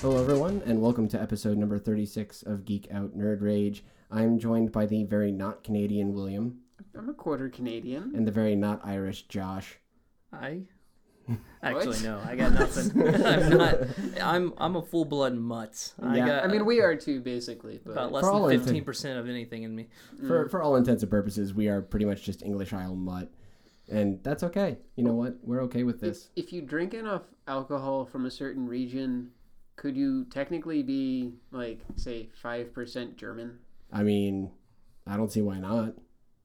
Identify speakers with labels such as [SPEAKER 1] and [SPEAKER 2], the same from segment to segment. [SPEAKER 1] Hello, everyone, and welcome to episode number 36 of Geek Out Nerd Rage. I'm joined by the very not Canadian William
[SPEAKER 2] I'm a quarter Canadian.
[SPEAKER 1] and the very not Irish Josh.
[SPEAKER 3] I
[SPEAKER 2] What?
[SPEAKER 3] actually no, I got nothing. I'm not. I'm I'm a full blood mutz. I
[SPEAKER 1] Yeah.
[SPEAKER 3] got.
[SPEAKER 2] I mean, we are too, basically, but mm.
[SPEAKER 3] about
[SPEAKER 1] For
[SPEAKER 3] less
[SPEAKER 1] all
[SPEAKER 3] than
[SPEAKER 1] intents-
[SPEAKER 3] fifteen percent of anything in me.
[SPEAKER 1] For, for all intents and purposes, we are pretty much just English Isle mutt, and that's okay. You know what? We're okay with this.
[SPEAKER 2] if you drink enough alcohol from a certain region, could you technically be, like, say, 5% German?
[SPEAKER 1] I mean, I don't see why not.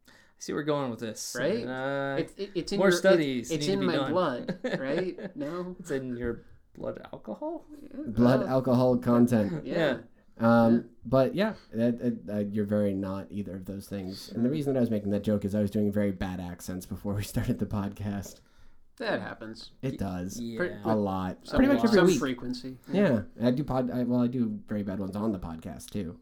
[SPEAKER 3] I see where we're going with this,
[SPEAKER 2] Right?
[SPEAKER 3] Uh,
[SPEAKER 2] It's it, it's in
[SPEAKER 3] more
[SPEAKER 2] your, it-
[SPEAKER 3] studies
[SPEAKER 2] it's
[SPEAKER 3] need
[SPEAKER 2] in
[SPEAKER 3] to be
[SPEAKER 2] my
[SPEAKER 3] done.
[SPEAKER 2] blood, right? No?
[SPEAKER 3] it's in your blood alcohol.
[SPEAKER 1] Blood
[SPEAKER 2] Oh,
[SPEAKER 1] alcohol content.
[SPEAKER 2] yeah.
[SPEAKER 1] Um, but yeah, that, that- uh, you're very not either of those things. And the reason that I was making that joke is I was doing very bad accents before we started the podcast.
[SPEAKER 2] That happens.
[SPEAKER 1] It does
[SPEAKER 3] Yeah.
[SPEAKER 2] Pretty-
[SPEAKER 1] a lot,
[SPEAKER 2] Some,
[SPEAKER 1] pretty much
[SPEAKER 3] lot.
[SPEAKER 1] every
[SPEAKER 2] some
[SPEAKER 1] week.
[SPEAKER 2] frequency.
[SPEAKER 1] yeah, I do pod. I, well, I do very bad ones on the podcast too.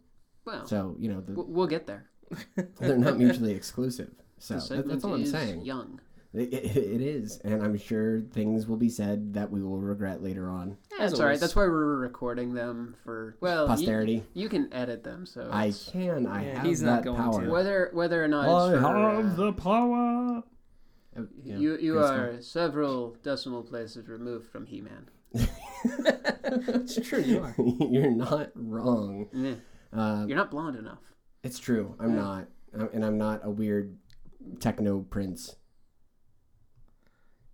[SPEAKER 2] Well,
[SPEAKER 1] So you know the,
[SPEAKER 2] w- we'll get there.
[SPEAKER 1] they're not mutually exclusive. So
[SPEAKER 2] The
[SPEAKER 1] that,
[SPEAKER 2] segment
[SPEAKER 1] that's all I'm
[SPEAKER 2] is
[SPEAKER 1] saying.
[SPEAKER 2] young.
[SPEAKER 1] It, it- it is, and I'm sure things will be said that we will regret later on.
[SPEAKER 2] That's all right. That's why we're recording them for, well, you,
[SPEAKER 1] Posterity.
[SPEAKER 2] you can edit them, so.
[SPEAKER 1] I
[SPEAKER 2] Oh, it's-
[SPEAKER 1] can. I
[SPEAKER 3] Yeah,
[SPEAKER 1] have
[SPEAKER 3] he's
[SPEAKER 1] that
[SPEAKER 3] not going
[SPEAKER 1] power.
[SPEAKER 3] to.
[SPEAKER 2] Whether whether or not
[SPEAKER 1] I
[SPEAKER 2] it's for, uh,
[SPEAKER 1] have the power. Oh, yeah,
[SPEAKER 2] You you
[SPEAKER 1] Grayskull.
[SPEAKER 2] are several decimal places removed from He-Man.
[SPEAKER 3] It's true. You are.
[SPEAKER 1] You're not wrong. Uh,
[SPEAKER 2] You're not blonde enough.
[SPEAKER 1] it's true. I'm not, I'm, and I'm not a weird techno prince.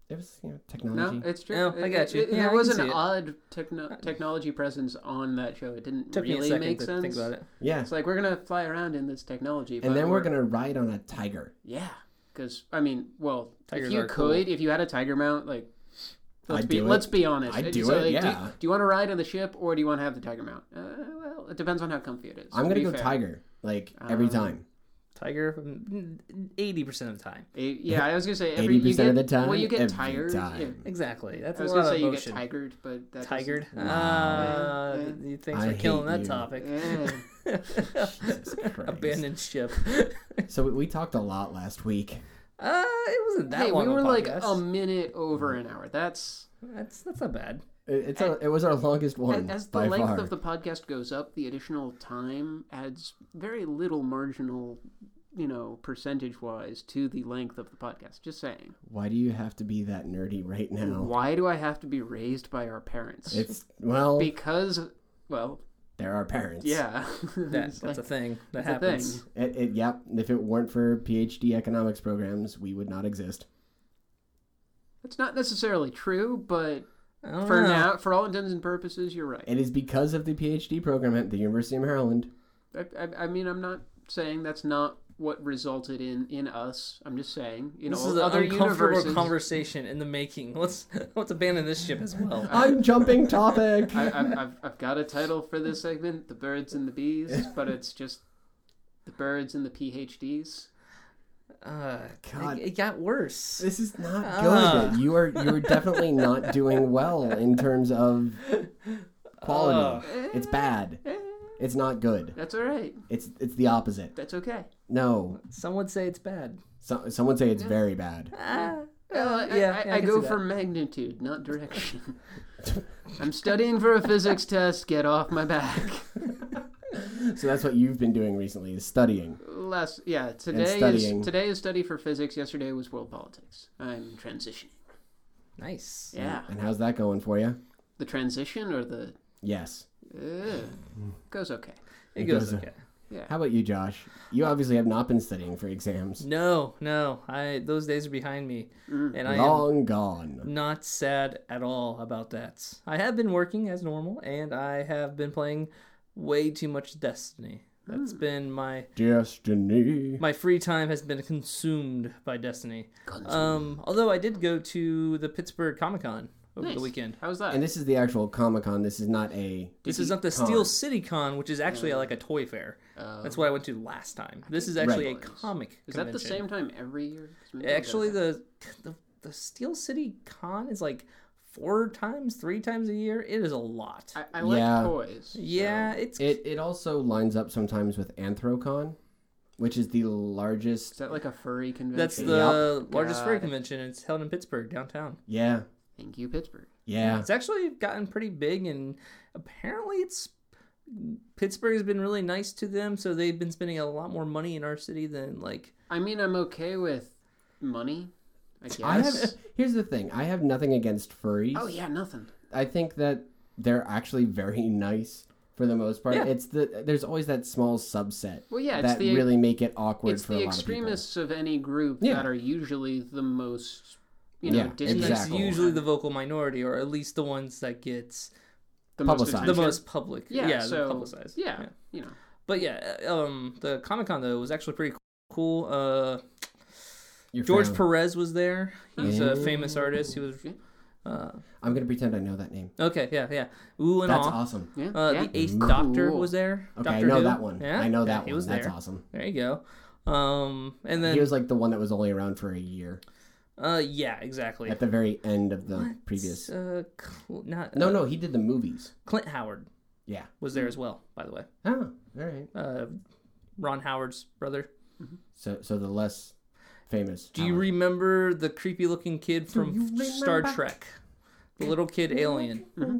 [SPEAKER 1] It was you know technology.
[SPEAKER 2] No, it's true.
[SPEAKER 3] No, Oh, I
[SPEAKER 2] It-
[SPEAKER 3] got you.
[SPEAKER 2] it- it-
[SPEAKER 3] Yeah, I
[SPEAKER 2] there
[SPEAKER 3] can
[SPEAKER 2] was an
[SPEAKER 3] see it.
[SPEAKER 2] odd techno- technology presence on that show. It didn't
[SPEAKER 3] Took me a
[SPEAKER 2] really
[SPEAKER 3] second
[SPEAKER 2] make
[SPEAKER 3] to
[SPEAKER 2] sense.
[SPEAKER 3] think about it.
[SPEAKER 1] yeah,
[SPEAKER 2] It's like we're gonna fly around in this technology, but
[SPEAKER 1] and then we're gonna ride on a tiger.
[SPEAKER 2] yeah. Because I mean, well,
[SPEAKER 3] Tigers
[SPEAKER 2] if you
[SPEAKER 3] are cool.
[SPEAKER 2] could, if you had a tiger mount, like let's
[SPEAKER 1] I'd
[SPEAKER 2] be
[SPEAKER 1] do it.
[SPEAKER 2] let's be honest.
[SPEAKER 1] I'd
[SPEAKER 2] Uh,
[SPEAKER 1] do
[SPEAKER 2] so,
[SPEAKER 1] it,
[SPEAKER 2] like, do,
[SPEAKER 1] yeah.
[SPEAKER 2] you, do you want to ride on the ship or do you want to have the tiger mount? Uh, well, it depends on how comfy it is.
[SPEAKER 1] I'm
[SPEAKER 2] to
[SPEAKER 1] gonna
[SPEAKER 2] be
[SPEAKER 1] go
[SPEAKER 2] fair.
[SPEAKER 1] tiger like every
[SPEAKER 2] Um,
[SPEAKER 1] time.
[SPEAKER 3] Tiger, mm, eighty percent of the time.
[SPEAKER 2] Eh, Yeah, I was gonna say every
[SPEAKER 1] Eighty
[SPEAKER 2] you
[SPEAKER 1] percent of the
[SPEAKER 2] get-
[SPEAKER 1] time.
[SPEAKER 2] Well, you get
[SPEAKER 1] every
[SPEAKER 2] tired. yeah.
[SPEAKER 1] Time.
[SPEAKER 3] Exactly. That's
[SPEAKER 2] I
[SPEAKER 3] a
[SPEAKER 2] was
[SPEAKER 3] lot
[SPEAKER 2] gonna
[SPEAKER 3] of
[SPEAKER 2] say you get
[SPEAKER 3] emotion.
[SPEAKER 2] tigered, but that
[SPEAKER 3] Tigered.
[SPEAKER 1] Wow.
[SPEAKER 3] Ah,
[SPEAKER 2] Yeah, yeah.
[SPEAKER 3] th- thanks
[SPEAKER 1] I
[SPEAKER 3] for killing
[SPEAKER 1] hate
[SPEAKER 3] that
[SPEAKER 1] you.
[SPEAKER 3] topic.
[SPEAKER 2] doesn't-
[SPEAKER 1] Jesus Christ.
[SPEAKER 3] Abandoned ship.
[SPEAKER 1] So we, we talked a lot last week.
[SPEAKER 3] Uh, it wasn't
[SPEAKER 2] Eh.
[SPEAKER 3] that
[SPEAKER 2] hey,
[SPEAKER 3] long.
[SPEAKER 2] we were
[SPEAKER 3] a
[SPEAKER 2] like um,
[SPEAKER 3] podcast.
[SPEAKER 2] a minute over
[SPEAKER 3] Mm-hmm.
[SPEAKER 2] an hour. That's
[SPEAKER 3] That's that's not bad.
[SPEAKER 1] It, it's our- it was our longest one
[SPEAKER 2] as the
[SPEAKER 1] by
[SPEAKER 2] length
[SPEAKER 1] far.
[SPEAKER 2] of the podcast goes up, the additional time adds very little marginal, you know, percentage wise to the length of the podcast. Just saying.
[SPEAKER 1] Why do you have to be that nerdy right now?
[SPEAKER 2] Why do I have to be raised by our parents?
[SPEAKER 1] It's well,
[SPEAKER 2] because, well,
[SPEAKER 1] they're our parents.
[SPEAKER 2] yeah,
[SPEAKER 3] That,
[SPEAKER 2] It's like-
[SPEAKER 3] that's a thing. That
[SPEAKER 2] it's a
[SPEAKER 3] happens.
[SPEAKER 2] thing.
[SPEAKER 1] It, it, yep. If it weren't for PhD economics programs, we would not exist.
[SPEAKER 2] That's not necessarily true, but
[SPEAKER 3] I don't
[SPEAKER 2] for
[SPEAKER 3] know.
[SPEAKER 2] now, for all intents and purposes, you're right.
[SPEAKER 1] It is because of the PhD program at the University of Maryland.
[SPEAKER 2] I, I, I mean, I'm not saying that's not what resulted in in us. I'm just saying, you know,
[SPEAKER 3] this is an
[SPEAKER 2] other
[SPEAKER 3] uncomfortable
[SPEAKER 2] universes.
[SPEAKER 3] conversation in the making. Let's let's abandon this ship as well.
[SPEAKER 2] Uh,
[SPEAKER 1] I'm jumping topic.
[SPEAKER 2] I, I've, I've, I've got a title for this segment, "The Birds and the Bees," but it's just the birds and the PhDs.
[SPEAKER 3] Uh,
[SPEAKER 1] God.
[SPEAKER 3] It, it got worse.
[SPEAKER 1] this is not good.
[SPEAKER 3] Ah.
[SPEAKER 1] You are you are definitely not doing well in terms of
[SPEAKER 3] Ah.
[SPEAKER 1] quality.
[SPEAKER 3] Eh,
[SPEAKER 1] It's bad. It's not good.
[SPEAKER 2] That's all right.
[SPEAKER 1] It's it's the opposite.
[SPEAKER 2] That's okay.
[SPEAKER 1] No.
[SPEAKER 3] Some would say it's bad.
[SPEAKER 1] So, some would say it's very bad.
[SPEAKER 3] Ah,
[SPEAKER 2] Well, Uh, I,
[SPEAKER 3] yeah,
[SPEAKER 2] I,
[SPEAKER 3] yeah,
[SPEAKER 2] I,
[SPEAKER 3] I can
[SPEAKER 2] go
[SPEAKER 3] see
[SPEAKER 2] for magnitude, not direction. I'm studying for a physics test. Get off my back.
[SPEAKER 1] So that's what you've been doing recently is studying.
[SPEAKER 2] Last, yeah, today
[SPEAKER 1] studying.
[SPEAKER 2] is today is study for physics. Yesterday was world politics. I'm transitioning.
[SPEAKER 3] nice.
[SPEAKER 2] Yeah,
[SPEAKER 1] And how's that going for you?
[SPEAKER 2] the transition or the
[SPEAKER 1] Yes.
[SPEAKER 2] Ugh. Goes okay.
[SPEAKER 3] It goes
[SPEAKER 1] does, uh,
[SPEAKER 3] okay.
[SPEAKER 1] How about you, Josh? You obviously have not been studying for exams.
[SPEAKER 3] No, no. I those days are behind me,
[SPEAKER 2] Mm.
[SPEAKER 3] and I am
[SPEAKER 1] Long gone.
[SPEAKER 3] not sad at all about that. I have been working as normal, and I have been playing way too much Destiny.
[SPEAKER 2] Hmm.
[SPEAKER 3] That's been my
[SPEAKER 1] Destiny.
[SPEAKER 3] my free time has been consumed by Destiny. Um, although I did go to the Pittsburgh Comic Con over
[SPEAKER 2] Nice.
[SPEAKER 3] the weekend.
[SPEAKER 2] How's that?
[SPEAKER 1] And this is the actual Comic Con. This is not a.
[SPEAKER 3] This is not the
[SPEAKER 1] Con.
[SPEAKER 3] Steel City Con, which is actually like
[SPEAKER 2] Oh.
[SPEAKER 3] a toy fair. That's what I went to last time. This is actually a
[SPEAKER 2] Right.
[SPEAKER 3] comic.
[SPEAKER 2] is that the
[SPEAKER 3] convention.
[SPEAKER 2] same time every year? 'Cause maybe I'll go
[SPEAKER 3] Actually,
[SPEAKER 2] there.
[SPEAKER 3] the, the the Steel City Con is like four times, three times a year. It is a lot.
[SPEAKER 2] I, I like
[SPEAKER 1] Yeah.
[SPEAKER 2] toys. so-
[SPEAKER 3] yeah, it's
[SPEAKER 1] It it also lines up sometimes with Anthrocon, which is the
[SPEAKER 2] Is
[SPEAKER 1] largest.
[SPEAKER 2] that like a furry convention?
[SPEAKER 3] that's the
[SPEAKER 1] Yup.
[SPEAKER 3] largest fair
[SPEAKER 2] Got it.
[SPEAKER 3] convention. It's held in Pittsburgh downtown.
[SPEAKER 1] Yeah,
[SPEAKER 2] Thank you, Pittsburgh.
[SPEAKER 1] Yeah.
[SPEAKER 3] It's actually gotten pretty big, and apparently, it's Pittsburgh has been really nice to them, so they've been spending a lot more money in our city than like.
[SPEAKER 2] I mean, I'm okay with money. I guess.
[SPEAKER 1] I have. Here's the thing. I have nothing against furries.
[SPEAKER 2] Oh yeah, nothing.
[SPEAKER 1] I think that they're actually very nice for the most part.
[SPEAKER 3] Yeah.
[SPEAKER 1] It's the there's always that small subset
[SPEAKER 2] Well, yeah, it's
[SPEAKER 1] that
[SPEAKER 2] the-
[SPEAKER 1] really make it awkward
[SPEAKER 2] It's
[SPEAKER 1] for
[SPEAKER 2] the
[SPEAKER 1] a lot
[SPEAKER 2] extremists of, any group
[SPEAKER 1] Yeah.
[SPEAKER 2] that are usually the most, you know,
[SPEAKER 1] Yeah,
[SPEAKER 2] distant.
[SPEAKER 3] It's
[SPEAKER 1] Exactly.
[SPEAKER 3] usually the vocal minority, or at least the ones that gets
[SPEAKER 2] the most
[SPEAKER 1] Publicized.
[SPEAKER 3] the
[SPEAKER 1] Attention.
[SPEAKER 3] most public.
[SPEAKER 2] Yeah,
[SPEAKER 3] Yeah,
[SPEAKER 2] so-
[SPEAKER 3] the publicized.
[SPEAKER 2] Yeah, you know.
[SPEAKER 3] But yeah, um, the Comic Con though was actually pretty cool. Uh,
[SPEAKER 1] people. Your
[SPEAKER 3] George
[SPEAKER 1] fam-
[SPEAKER 3] Perez was there. He's a
[SPEAKER 1] Mm.
[SPEAKER 3] famous artist. He was.
[SPEAKER 2] Yeah.
[SPEAKER 3] Uh,
[SPEAKER 1] I'm gonna pretend I know that name.
[SPEAKER 3] okay, yeah, yeah. Ooh and
[SPEAKER 1] That's
[SPEAKER 3] aw.
[SPEAKER 1] awesome.
[SPEAKER 2] Yeah.
[SPEAKER 3] Uh,
[SPEAKER 2] yeah.
[SPEAKER 3] The Eighth Doctor
[SPEAKER 2] Cool.
[SPEAKER 3] was there.
[SPEAKER 1] Okay,
[SPEAKER 3] Doctor
[SPEAKER 1] I know
[SPEAKER 3] Who.
[SPEAKER 1] that one.
[SPEAKER 3] Yeah,
[SPEAKER 1] I know that
[SPEAKER 3] yeah, He
[SPEAKER 1] one.
[SPEAKER 3] was
[SPEAKER 1] That's
[SPEAKER 3] there.
[SPEAKER 1] awesome.
[SPEAKER 3] There you go. Um, and then
[SPEAKER 1] He was like the one that was only around for a year
[SPEAKER 3] uh, yeah, exactly.
[SPEAKER 1] at the very end of the
[SPEAKER 3] What?
[SPEAKER 1] previous.
[SPEAKER 3] Uh, Cl- not
[SPEAKER 1] No,
[SPEAKER 3] uh,
[SPEAKER 1] no, he did the movies.
[SPEAKER 3] Clint Howard
[SPEAKER 1] Yeah.
[SPEAKER 3] was there as well, by the way.
[SPEAKER 1] Oh, all right.
[SPEAKER 3] Uh, Ron Howard's brother.
[SPEAKER 1] So, so the less famous.
[SPEAKER 3] Do you
[SPEAKER 1] Howard.
[SPEAKER 3] remember the creepy looking kid from
[SPEAKER 1] you
[SPEAKER 3] Star
[SPEAKER 1] remember?
[SPEAKER 3] Trek? The little kid alien. Mm-hmm.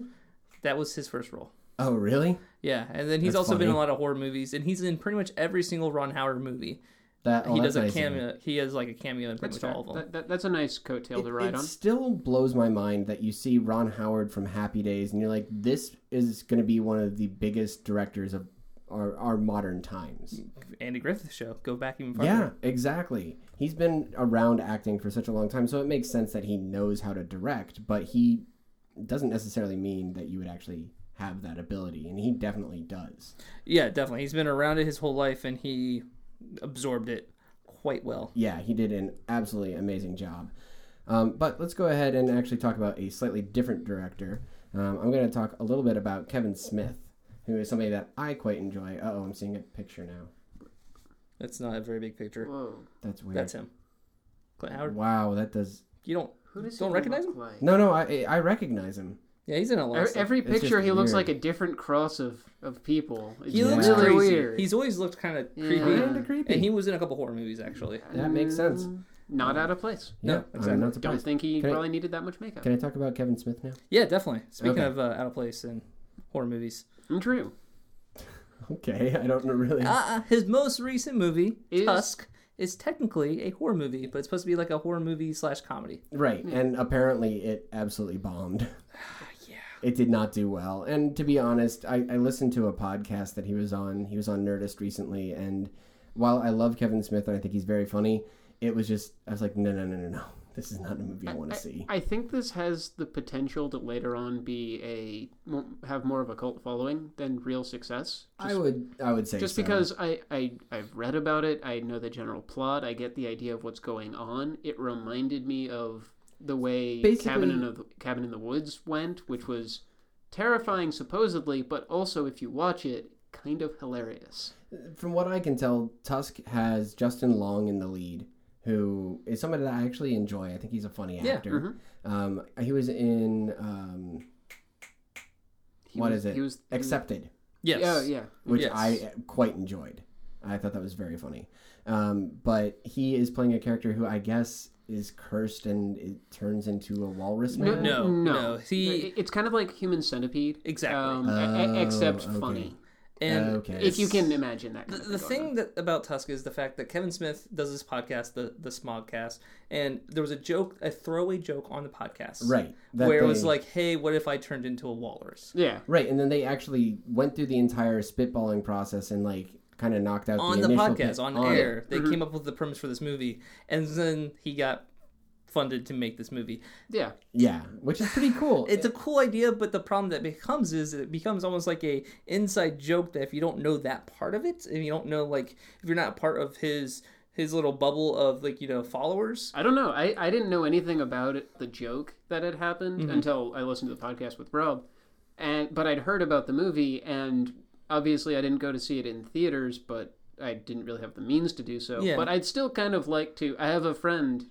[SPEAKER 3] That was his first role.
[SPEAKER 1] Oh, really?
[SPEAKER 3] Yeah, and then he's
[SPEAKER 1] That's
[SPEAKER 3] also been in a
[SPEAKER 1] funny.
[SPEAKER 3] lot of horror movies, and he's in pretty much every single Ron Howard movie.
[SPEAKER 1] That oh,
[SPEAKER 3] he
[SPEAKER 1] that's
[SPEAKER 3] does a
[SPEAKER 1] nice of him.
[SPEAKER 3] cameo. He has like a cameo in pretty
[SPEAKER 2] That's,
[SPEAKER 3] much
[SPEAKER 2] fair.
[SPEAKER 3] all of them.
[SPEAKER 2] That, that, that's a nice coattail
[SPEAKER 1] It-
[SPEAKER 2] to ride
[SPEAKER 1] it
[SPEAKER 2] on.
[SPEAKER 1] still blows my mind that you see Ron Howard from Happy Days, and you're like, this is going to be one of the biggest directors of our, our modern times.
[SPEAKER 3] Andy Griffith Show. Go back even farther.
[SPEAKER 1] Yeah, exactly. He's been around acting for such a long time, so it makes sense that he knows how to direct, but he doesn't necessarily mean that you would actually have that ability, and he definitely does.
[SPEAKER 3] Yeah, definitely. He's been around it his whole life, and he absorbed it quite well.
[SPEAKER 1] yeah, he did an absolutely amazing job. Um, but let's go ahead and actually talk about a slightly different director. Um, I'm going to talk a little bit about Kevin Smith, who is somebody that I quite enjoy. Uh oh, I'm seeing a picture now.
[SPEAKER 3] That's not a very big picture.
[SPEAKER 2] Whoa.
[SPEAKER 1] That's weird.
[SPEAKER 3] That's him. Clint Howard.
[SPEAKER 1] Wow, that does.
[SPEAKER 3] You don't
[SPEAKER 2] Who does he
[SPEAKER 3] don't recognize
[SPEAKER 2] look
[SPEAKER 3] him?
[SPEAKER 2] like?
[SPEAKER 1] No, no, I I recognize him.
[SPEAKER 3] Yeah, he's in a lot. Of
[SPEAKER 2] Every,
[SPEAKER 3] stuff.
[SPEAKER 2] E-, every
[SPEAKER 1] It's just
[SPEAKER 2] picture, he looks
[SPEAKER 1] weird.
[SPEAKER 2] like a different cross of, of people. It's
[SPEAKER 3] He looks
[SPEAKER 1] Yeah.
[SPEAKER 2] really
[SPEAKER 3] crazy.
[SPEAKER 2] weird.
[SPEAKER 3] He's always looked kind of
[SPEAKER 2] Yeah.
[SPEAKER 3] creepy,
[SPEAKER 2] Kinda
[SPEAKER 1] Kind of creepy.
[SPEAKER 3] and he was in a couple horror movies actually.
[SPEAKER 1] That makes sense.
[SPEAKER 2] Mm, Not out of place.
[SPEAKER 3] No,
[SPEAKER 1] Yeah,
[SPEAKER 3] exactly.
[SPEAKER 1] I'm not
[SPEAKER 2] Don't
[SPEAKER 1] surprised.
[SPEAKER 2] think he
[SPEAKER 1] Can I-
[SPEAKER 2] probably needed that much makeup.
[SPEAKER 1] Can I talk about Kevin Smith now?
[SPEAKER 3] Yeah, definitely. Speaking
[SPEAKER 1] Okay.
[SPEAKER 3] of uh, out of place in horror movies,
[SPEAKER 2] Mm, True.
[SPEAKER 1] Okay, I don't know really.
[SPEAKER 3] uh, his most recent movie
[SPEAKER 2] Is-
[SPEAKER 3] Tusk is technically a horror movie, but it's supposed to be like a horror movie slash comedy.
[SPEAKER 2] Oh,
[SPEAKER 1] Right, and apparently it absolutely bombed.
[SPEAKER 3] yeah.
[SPEAKER 1] It did not do well. And to be honest, I, I listened to a podcast that he was on. He was on Nerdist recently, and while I love Kevin Smith and I think he's very funny, it was just I was like, no, no, no, no, no. This is not a movie I want to see.
[SPEAKER 2] I think this has the potential to later on be a mo- have more of a cult following than real success.
[SPEAKER 1] I, would, I would say
[SPEAKER 2] Just
[SPEAKER 1] so.
[SPEAKER 2] because I, I I've read about it, I know the general plot, I get the idea of what's going on. It reminded me of the way Cabin in
[SPEAKER 1] Basically-
[SPEAKER 2] of Cabin in the Woods went, which was terrifying supposedly, but also if you watch it, kind of hilarious.
[SPEAKER 1] from what I can tell, Tusk has Justin Long in the lead, who is somebody that I actually enjoy. I think he's a funny
[SPEAKER 3] Yeah,
[SPEAKER 1] actor. Um, he was in um,
[SPEAKER 2] He
[SPEAKER 1] What
[SPEAKER 2] was,
[SPEAKER 1] is it?
[SPEAKER 2] He was he was-
[SPEAKER 1] Accepted.
[SPEAKER 3] Yes.
[SPEAKER 2] Yeah, yeah.
[SPEAKER 1] which
[SPEAKER 3] Yes.
[SPEAKER 1] I uh, quite enjoyed. I thought that was very funny. Um, but he is playing a character who I guess is cursed and it turns into a walrus man.
[SPEAKER 3] No, no, he-
[SPEAKER 2] It- It's kind of like Human Centipede.
[SPEAKER 3] Exactly.
[SPEAKER 2] Um, e- e- except
[SPEAKER 1] Oh, okay.
[SPEAKER 2] funny.
[SPEAKER 3] And
[SPEAKER 1] Okay.
[SPEAKER 2] If you can imagine that.
[SPEAKER 3] the,
[SPEAKER 2] Kind of
[SPEAKER 3] the
[SPEAKER 2] going on.
[SPEAKER 3] thing that about Tusk is the fact that Kevin Smith does this podcast, the the Smogcast, and there was a joke, a throwaway joke on the podcast,
[SPEAKER 1] Right. that
[SPEAKER 3] where it was
[SPEAKER 1] they-
[SPEAKER 3] like, "Hey, what if I turned into a walrus?"
[SPEAKER 2] Yeah.
[SPEAKER 1] Right, and then they actually went through the entire spitballing process and like kind of knocked out
[SPEAKER 3] On
[SPEAKER 1] the,
[SPEAKER 3] the
[SPEAKER 1] initial
[SPEAKER 3] podcast,
[SPEAKER 1] pitch
[SPEAKER 3] on
[SPEAKER 1] it. Mm-hmm.
[SPEAKER 3] air, they came up with the premise for this movie, and then he got funded to make this movie.
[SPEAKER 2] Yeah.
[SPEAKER 1] Yeah, which is pretty cool.
[SPEAKER 3] It's a cool idea, but the problem that becomes is it becomes almost like a inside joke that if you don't know that part of it, if you don't know like if you're not a part of his his little bubble of like you know followers,
[SPEAKER 2] I don't know. I, I didn't know anything about it, the joke that had happened until I listened to the podcast with Rob. And but I'd heard about the movie and obviously I didn't go to see it in theaters, but I didn't really have the means to do so.
[SPEAKER 3] Yeah.
[SPEAKER 2] But I'd still kind of like to I have a friend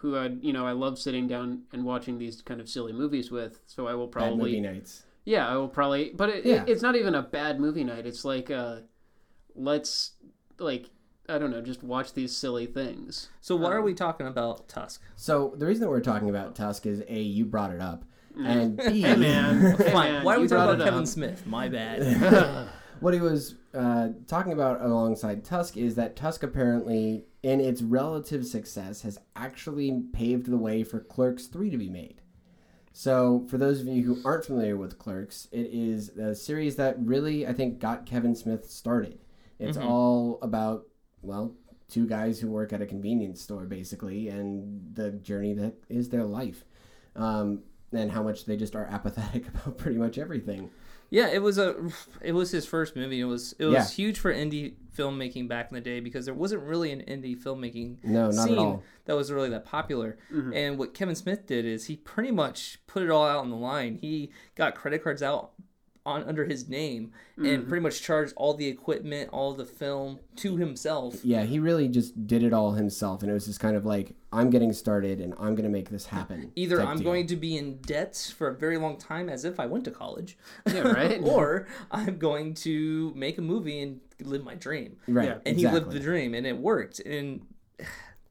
[SPEAKER 2] who I you know, I love sitting down and watching these kind of silly movies with, so I will
[SPEAKER 1] Bad
[SPEAKER 2] probably
[SPEAKER 1] movie nights.
[SPEAKER 2] Yeah, I will probably. But it,
[SPEAKER 1] Yeah.
[SPEAKER 2] it's not even a bad movie night. It's like, uh, let's like I don't know, just watch these silly things. Um,
[SPEAKER 3] So why are we talking about Tusk?
[SPEAKER 1] So the reason that we're talking about Tusk is a you brought it up,
[SPEAKER 3] Mm.
[SPEAKER 1] and B,
[SPEAKER 2] Hey man, hey,
[SPEAKER 3] Fine.
[SPEAKER 2] man,
[SPEAKER 3] Why are we
[SPEAKER 2] you
[SPEAKER 3] talking
[SPEAKER 2] brought
[SPEAKER 3] about
[SPEAKER 2] it up.
[SPEAKER 3] Kevin Smith? My bad.
[SPEAKER 1] what he was uh, talking about alongside Tusk is that Tusk apparently, in its relative success, has actually paved the way for Clerks 3 to be made. So, for those of you who aren't familiar with Clerks, it is a series that really, I think, got Kevin Smith started. It's all about, well, two guys who work at a convenience store, basically, and the journey that is their life. Um, and how much they just are apathetic about pretty much everything.
[SPEAKER 3] yeah, it was a it was his first movie. It was it was
[SPEAKER 1] Yeah.
[SPEAKER 3] huge for indie filmmaking back in the day because there wasn't really an indie filmmaking
[SPEAKER 1] No, not at all.
[SPEAKER 3] that was really that popular.
[SPEAKER 2] Mm-hmm.
[SPEAKER 3] And what Kevin Smith did is he pretty much put it all out on the line. He got credit cards out on under his name
[SPEAKER 2] Mm-hmm.
[SPEAKER 3] and pretty much charged all the equipment, all the film to himself.
[SPEAKER 1] yeah, he really just did it all himself, and it was just kind of like, I'm getting started, and I'm gonna make this happen.
[SPEAKER 3] Either
[SPEAKER 1] type
[SPEAKER 3] I'm
[SPEAKER 1] deal.
[SPEAKER 3] going to be in debt for a very long time as if I went to college,
[SPEAKER 2] Yeah, right.
[SPEAKER 3] or I'm going to make a movie and live my dream.
[SPEAKER 1] right,
[SPEAKER 2] Yeah.
[SPEAKER 3] And he lived the
[SPEAKER 1] exactly.
[SPEAKER 3] dream and it worked. And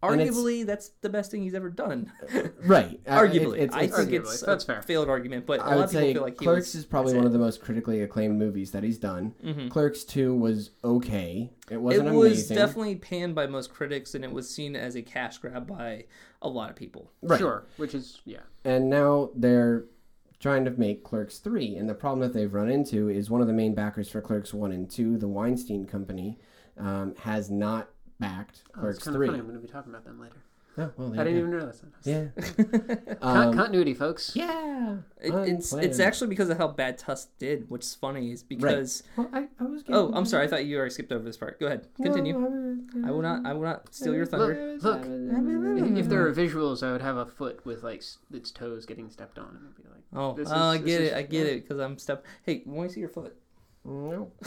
[SPEAKER 1] it's-
[SPEAKER 3] arguably that's the best thing he's ever done.
[SPEAKER 1] right. I- I-
[SPEAKER 3] arguably.
[SPEAKER 1] it's,
[SPEAKER 3] I
[SPEAKER 1] it's,
[SPEAKER 3] think
[SPEAKER 2] Arguably,
[SPEAKER 3] it's
[SPEAKER 2] that's
[SPEAKER 3] a
[SPEAKER 2] fair.
[SPEAKER 3] failed argument, but a
[SPEAKER 1] I
[SPEAKER 3] lot
[SPEAKER 1] would
[SPEAKER 3] of people
[SPEAKER 1] say
[SPEAKER 3] feel like he
[SPEAKER 1] Clerks
[SPEAKER 3] was-
[SPEAKER 1] is probably
[SPEAKER 3] that's
[SPEAKER 1] one
[SPEAKER 3] it.
[SPEAKER 1] of the most critically acclaimed movies that he's done. Clerks Two was okay. It
[SPEAKER 3] it
[SPEAKER 1] wasn't
[SPEAKER 3] was
[SPEAKER 1] amazing.
[SPEAKER 3] definitely panned by most critics and it was seen as a cash grab by a lot of people
[SPEAKER 1] right.
[SPEAKER 2] Sure, which is yeah.
[SPEAKER 1] and now they're trying to make Clerks 3. And the problem that they've run into is one of the main backers for Clerks 1 and 2, the Weinstein Company, um, has not backed
[SPEAKER 2] Oh, it's
[SPEAKER 1] Clerks
[SPEAKER 2] kind of
[SPEAKER 1] 3.
[SPEAKER 2] funny. I'm going to be talking about them later.
[SPEAKER 1] Oh, well, there
[SPEAKER 2] I didn't
[SPEAKER 1] you
[SPEAKER 2] even realize that.
[SPEAKER 1] go. Yeah. Um,
[SPEAKER 2] Con- continuity, folks.
[SPEAKER 1] Yeah.
[SPEAKER 3] Um, It- it's it's
[SPEAKER 1] Unplanned.
[SPEAKER 3] actually because of how bad Tusk did what's funny is because
[SPEAKER 1] Well, I, I was
[SPEAKER 3] oh i'm sorry i thought you already skipped over this part go ahead continue i will not i will not steal your thunder
[SPEAKER 2] Look, look. If, if there were visuals, I would have a foot with like s- its toes getting stepped on, and I'd be like,
[SPEAKER 3] oh,
[SPEAKER 2] This
[SPEAKER 3] oh, i
[SPEAKER 2] is- this
[SPEAKER 3] get
[SPEAKER 2] is-
[SPEAKER 3] it i get it because i'm step hey want to see your foot
[SPEAKER 1] No.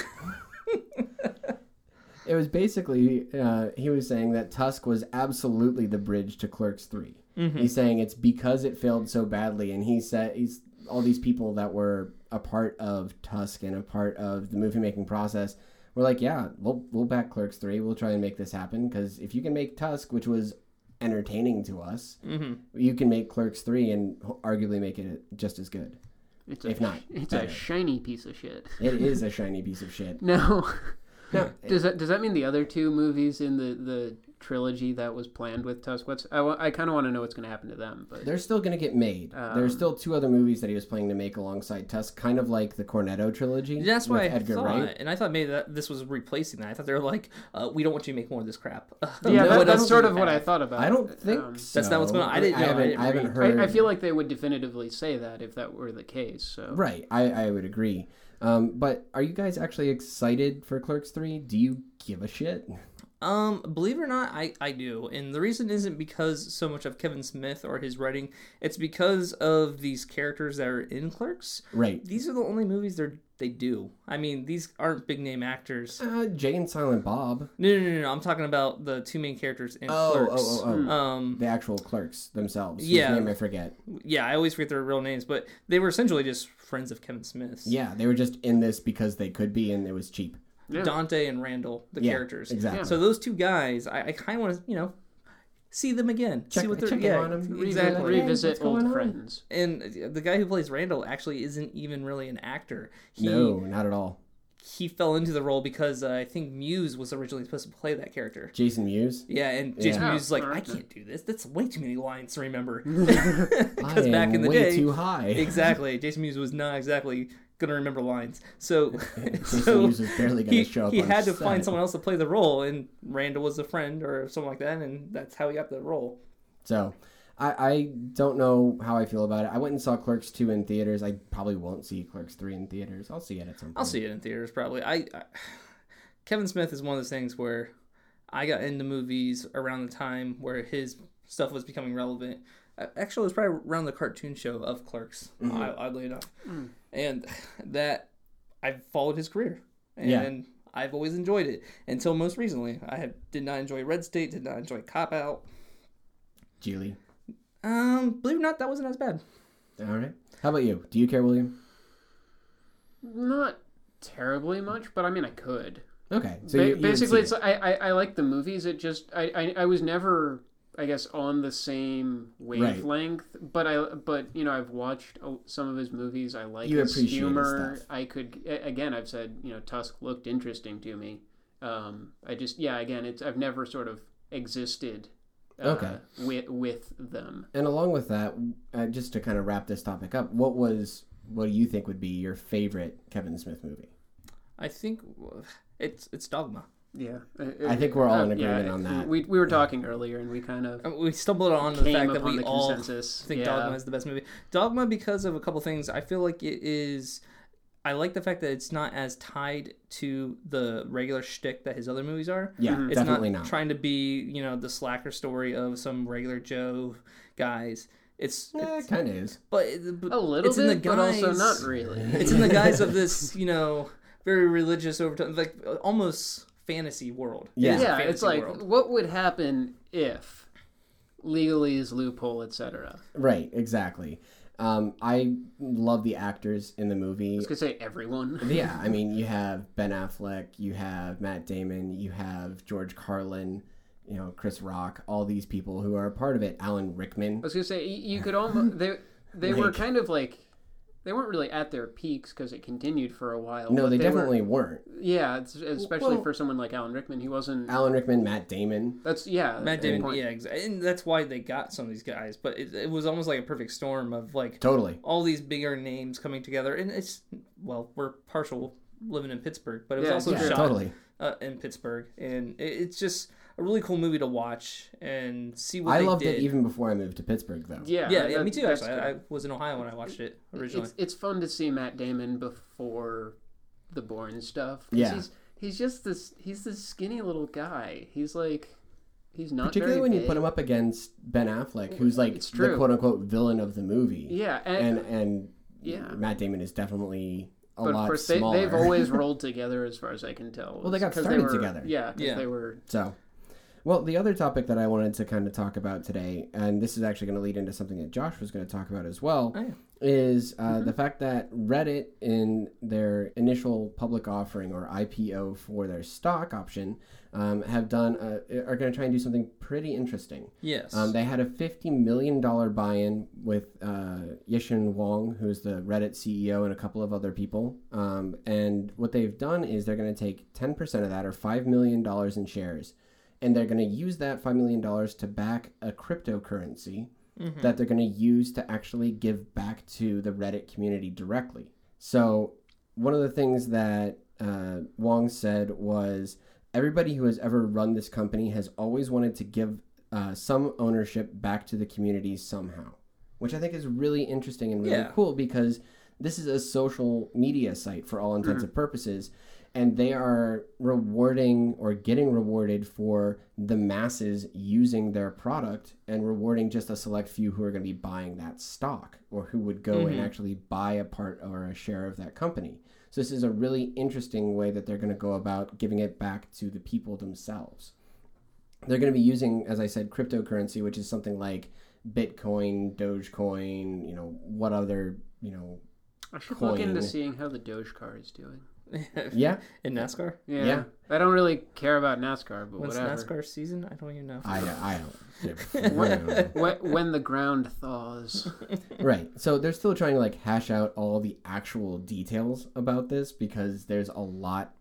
[SPEAKER 1] it was basically uh, he was saying that Tusk was absolutely the bridge to Clerks 3
[SPEAKER 2] Mm-hmm.
[SPEAKER 3] Mm-hmm.
[SPEAKER 1] He's saying it's because it failed so badly, and he said he's all these people that were a part of Tusk and a part of the movie making process were like, yeah, we'll we'll back Clerks Three. We'll try and make this happen because if you can make Tusk, which was entertaining to us,
[SPEAKER 2] Mm-hmm.
[SPEAKER 1] you can make Clerks Three and arguably make it just as good.
[SPEAKER 2] it's a,
[SPEAKER 1] If not,
[SPEAKER 2] it's
[SPEAKER 1] better.
[SPEAKER 2] a shiny piece of shit.
[SPEAKER 1] It is a shiny piece of shit.
[SPEAKER 2] No,
[SPEAKER 1] No,
[SPEAKER 2] does that does that mean the other two movies in the the trilogy that was planned with Tusk? What's I, wa- I kind of want to know what's going to happen to them, but
[SPEAKER 1] They're still going to get made.
[SPEAKER 3] Uh,
[SPEAKER 1] There's still two other movies that he was planning to make alongside Tusk, kind of like the Cornetto trilogy.
[SPEAKER 3] that's why i
[SPEAKER 1] with Edgar
[SPEAKER 3] thought
[SPEAKER 1] Wright.
[SPEAKER 3] and i thought maybe that this was replacing that i thought they were like uh, we don't want you to make more of this crap
[SPEAKER 2] yeah,
[SPEAKER 3] What
[SPEAKER 2] that,
[SPEAKER 3] else
[SPEAKER 2] that's
[SPEAKER 3] do
[SPEAKER 2] sort
[SPEAKER 3] you
[SPEAKER 2] of what I
[SPEAKER 3] have?
[SPEAKER 2] thought about.
[SPEAKER 1] I don't
[SPEAKER 2] it.
[SPEAKER 1] think
[SPEAKER 2] Um,
[SPEAKER 1] so.
[SPEAKER 3] that's not what's going on. I didn't- no, I
[SPEAKER 1] haven't,
[SPEAKER 3] didn't
[SPEAKER 1] haven't
[SPEAKER 3] read.
[SPEAKER 1] heard.
[SPEAKER 2] I, I feel like they would definitively say that if that were the case. So
[SPEAKER 1] right. I, I would agree. Um, but are you guys actually excited for Clerks Three? Do you give a shit?
[SPEAKER 3] Um, believe it or not, I, I do. And the reason isn't because so much of Kevin Smith or his writing, it's because of these characters that are in Clerks.
[SPEAKER 1] Right.
[SPEAKER 3] These are the only movies they're they do. I mean, these aren't big name actors.
[SPEAKER 1] Uh, Jay and Silent Bob.
[SPEAKER 3] No, no, no, no, no. I'm talking about the two main characters in
[SPEAKER 1] Oh, oh,
[SPEAKER 3] Clerks.
[SPEAKER 1] oh, oh.
[SPEAKER 3] Um,
[SPEAKER 1] The actual clerks themselves. whose
[SPEAKER 3] Yeah.
[SPEAKER 1] name I forget.
[SPEAKER 3] yeah, I always forget their real names, but they were essentially just friends of Kevin Smith's.
[SPEAKER 1] Yeah, they were just in this because they could be, and it was cheap.
[SPEAKER 2] Yeah.
[SPEAKER 3] Dante and Randall, the
[SPEAKER 1] Yeah,
[SPEAKER 3] characters.
[SPEAKER 1] exactly.
[SPEAKER 3] So those two guys, I, I kind of want to, you know, see them again. see
[SPEAKER 1] Check-
[SPEAKER 3] what they're
[SPEAKER 1] check in
[SPEAKER 3] yeah,
[SPEAKER 1] on 'em.
[SPEAKER 3] exactly.
[SPEAKER 1] Hey,
[SPEAKER 2] revisit
[SPEAKER 1] what's going
[SPEAKER 2] old
[SPEAKER 1] on?
[SPEAKER 2] friends.
[SPEAKER 3] and the guy who plays Randall actually isn't even really an actor. He
[SPEAKER 1] No, not at all.
[SPEAKER 3] he fell into the role because uh, I think Muse was originally supposed to play that character.
[SPEAKER 1] Jason Mewes.
[SPEAKER 3] Yeah, and Jason
[SPEAKER 2] Yeah.
[SPEAKER 3] Mewes is like,
[SPEAKER 2] Oh,
[SPEAKER 3] I
[SPEAKER 2] okay.
[SPEAKER 3] can't do this. That's way too many lines to remember.
[SPEAKER 1] I
[SPEAKER 3] Because
[SPEAKER 1] am
[SPEAKER 3] back in the
[SPEAKER 1] way
[SPEAKER 3] day,
[SPEAKER 1] too high.
[SPEAKER 3] exactly, Jason Mewes was not exactly gonna remember lines. So,
[SPEAKER 1] Jason
[SPEAKER 3] so
[SPEAKER 1] Mewes was barely going
[SPEAKER 3] he,
[SPEAKER 1] to show up.
[SPEAKER 3] he
[SPEAKER 1] on
[SPEAKER 3] had to
[SPEAKER 1] set.
[SPEAKER 3] find someone else to play the role, and Randall was a friend or something like that, and that's how he got the role.
[SPEAKER 1] So I, I don't know how I feel about it. I went and saw Clerks 2 in theaters. I probably won't see Clerks 3 in theaters. I'll see it at some point.
[SPEAKER 3] I'll see it in theaters probably. I, I Kevin Smith is one of those things where I got into movies around the time where his stuff was becoming relevant. Uh, Actually, it was probably around the cartoon show of Clerks, I oddly enough,
[SPEAKER 2] Mm.
[SPEAKER 3] and that I've followed his career and.
[SPEAKER 1] Yeah.
[SPEAKER 3] I've always enjoyed it until most recently. I have, did not enjoy Red State, did not enjoy Cop Out.
[SPEAKER 1] Julie.
[SPEAKER 3] Um, believe it or not, that wasn't as bad.
[SPEAKER 1] All right. How about you? Do you care, William?
[SPEAKER 2] Not terribly much, but I mean, I could.
[SPEAKER 1] Okay. So
[SPEAKER 2] Ba-
[SPEAKER 1] you, you would
[SPEAKER 2] basically,
[SPEAKER 1] see
[SPEAKER 2] it's
[SPEAKER 1] it.
[SPEAKER 2] I, I I like the movies. It just I, I I was never I guess on the same wavelength. But I but you know I've watched uh, some of his movies. I like
[SPEAKER 1] You
[SPEAKER 2] his
[SPEAKER 1] appreciate his
[SPEAKER 2] humor.
[SPEAKER 1] stuff.
[SPEAKER 2] I could a- again I've said you know Tusk looked interesting to me. Um, I just yeah again it's I've never sort of existed. Uh,
[SPEAKER 1] Okay.
[SPEAKER 2] With with them.
[SPEAKER 1] And along with that, uh, just to kind of wrap this topic up, what was what do you think would be your favorite Kevin Smith movie?
[SPEAKER 3] I think it's it's dogma.
[SPEAKER 2] Yeah,
[SPEAKER 1] I think we're all in agreement on that.
[SPEAKER 2] We, we were talking earlier, and we kind of
[SPEAKER 3] Uh, We stumbled on the
[SPEAKER 2] came
[SPEAKER 3] fact that
[SPEAKER 2] upon
[SPEAKER 3] we
[SPEAKER 2] the
[SPEAKER 3] all
[SPEAKER 2] consensus.
[SPEAKER 3] think
[SPEAKER 2] yeah.
[SPEAKER 3] Dogma is the best movie. Dogma because of a couple things. I feel like it is. I like the fact that it's not as tied to the regular shtick that his other movies are.
[SPEAKER 1] Yeah,
[SPEAKER 2] Mhm.
[SPEAKER 3] Mm-hmm. It's
[SPEAKER 1] definitely
[SPEAKER 3] not,
[SPEAKER 1] not.
[SPEAKER 3] trying to be, you know, the slacker story of some regular Joe guys. It's,
[SPEAKER 1] Eh,
[SPEAKER 3] it's
[SPEAKER 1] it kind of is.
[SPEAKER 3] but, it- but
[SPEAKER 2] a little
[SPEAKER 3] it's
[SPEAKER 2] bit,
[SPEAKER 3] in the guise,
[SPEAKER 2] but also not really.
[SPEAKER 3] It's in the guise of this, you know, very religious overtone, like uh, almost fantasy world. It
[SPEAKER 1] Yeah.
[SPEAKER 3] is a
[SPEAKER 2] yeah,
[SPEAKER 3] fantasy
[SPEAKER 2] it's like
[SPEAKER 3] world.
[SPEAKER 2] what would happen if legalese, loophole, etc.
[SPEAKER 1] Right, exactly. Um, I love the actors in the movie.
[SPEAKER 2] I was gonna say everyone.
[SPEAKER 1] yeah, I mean, you have Ben Affleck, you have Matt Damon, you have George Carlin, you know, Chris Rock, all these people who are a part of it. Alan Rickman.
[SPEAKER 2] I was gonna say y- you could almost they they were
[SPEAKER 1] Like-
[SPEAKER 2] kind of like they weren't really at their peaks because it continued for a while.
[SPEAKER 1] No,
[SPEAKER 2] but
[SPEAKER 1] they,
[SPEAKER 2] were-
[SPEAKER 1] definitely weren't.
[SPEAKER 2] yeah, it's, especially
[SPEAKER 1] Well-
[SPEAKER 2] for someone like Alan Rickman, he wasn't.
[SPEAKER 1] Alan Rickman, Matt Damon.
[SPEAKER 2] That's yeah,
[SPEAKER 3] Matt
[SPEAKER 2] good
[SPEAKER 3] Damon,
[SPEAKER 2] point.
[SPEAKER 3] yeah, exactly. And that's why they got some of these guys. But it, it was almost like a perfect storm of like
[SPEAKER 1] Totally.
[SPEAKER 3] all these bigger names coming together. And it's, well, we're partial living in Pittsburgh, but it was
[SPEAKER 2] Yeah,
[SPEAKER 3] also
[SPEAKER 2] yeah.
[SPEAKER 3] shot
[SPEAKER 1] Totally.
[SPEAKER 3] uh, in Pittsburgh. And it, it's just a really cool movie to watch and see what
[SPEAKER 1] I
[SPEAKER 3] they
[SPEAKER 1] loved
[SPEAKER 3] did.
[SPEAKER 1] it even before I moved to Pittsburgh, though.
[SPEAKER 2] Yeah,
[SPEAKER 3] Yeah, yeah,
[SPEAKER 2] that-
[SPEAKER 3] me too,
[SPEAKER 2] that's
[SPEAKER 3] actually.
[SPEAKER 2] good.
[SPEAKER 3] I, I was in Ohio when I watched it originally.
[SPEAKER 2] It's, it's fun to see Matt Damon before the Bourne stuff. 'cause
[SPEAKER 1] Yeah.
[SPEAKER 2] He's, he's just this, he's this skinny little guy. He's like, he's not
[SPEAKER 1] Particularly
[SPEAKER 2] very
[SPEAKER 1] when you
[SPEAKER 2] big.
[SPEAKER 1] put him up against Ben Affleck, who's like
[SPEAKER 2] It's
[SPEAKER 1] the
[SPEAKER 2] true.
[SPEAKER 1] quote unquote villain of the movie.
[SPEAKER 2] Yeah. And,
[SPEAKER 1] And and
[SPEAKER 2] Yeah.
[SPEAKER 1] Matt Damon is definitely a
[SPEAKER 2] but
[SPEAKER 1] lot
[SPEAKER 2] of course, they,
[SPEAKER 1] smaller.
[SPEAKER 2] they've always rolled together as far as I can tell.
[SPEAKER 1] Well, they got
[SPEAKER 2] 'Cause
[SPEAKER 1] started
[SPEAKER 2] were-
[SPEAKER 1] together.
[SPEAKER 2] Yeah. 'cause
[SPEAKER 3] Yeah.
[SPEAKER 2] they were,
[SPEAKER 1] So, well, the other topic that I wanted to kind of talk about today, and this is actually going to lead into something that Josh was going to talk about as well,
[SPEAKER 3] Oh, yeah. Mm-hmm.
[SPEAKER 1] is uh, the fact that Reddit, in their initial public offering or IPO for their stock option, um, have done uh are going to try and do something pretty interesting.
[SPEAKER 3] yes.
[SPEAKER 1] Um, they had a fifty million dollar buy-in with uh, Yishin Wong, who's the Reddit CEO, and a couple of other people. Um, and what they've done is they're going to take ten percent of that, or five million dollars in shares, and they're going to use that five million dollars to back a cryptocurrency
[SPEAKER 3] Hmm. Mm-hmm.
[SPEAKER 1] that they're going to use to actually give back to the Reddit community directly. So one of the things that uh, Wong said was everybody who has ever run this company has always wanted to give uh, some ownership back to the community somehow, which I think is really interesting and really
[SPEAKER 3] Yeah.
[SPEAKER 1] cool because this is a social media site for all intents and purposes. And they are rewarding or getting rewarded for the masses using their product and rewarding just a select few who are going to be buying that stock or who would go and actually buy a part or a share of that company. So this is a really interesting way that they're going to go about giving it back to the people themselves. They're going to be using, as I said, cryptocurrency, which is something like Bitcoin, Dogecoin, you know, what other, you know,
[SPEAKER 2] I should look into
[SPEAKER 1] Coin.
[SPEAKER 2] seeing how the Doge car is doing.
[SPEAKER 1] yeah,
[SPEAKER 3] in NASCAR?
[SPEAKER 2] Yeah.
[SPEAKER 1] Yeah.
[SPEAKER 2] I don't really care about NASCAR, but
[SPEAKER 3] When's
[SPEAKER 2] whatever.
[SPEAKER 3] NASCAR season? I don't even know.
[SPEAKER 1] I, I don't, I don't know.
[SPEAKER 2] Wh- when the ground thaws.
[SPEAKER 1] right. So they're still trying to like hash out all the actual details about this because there's a lot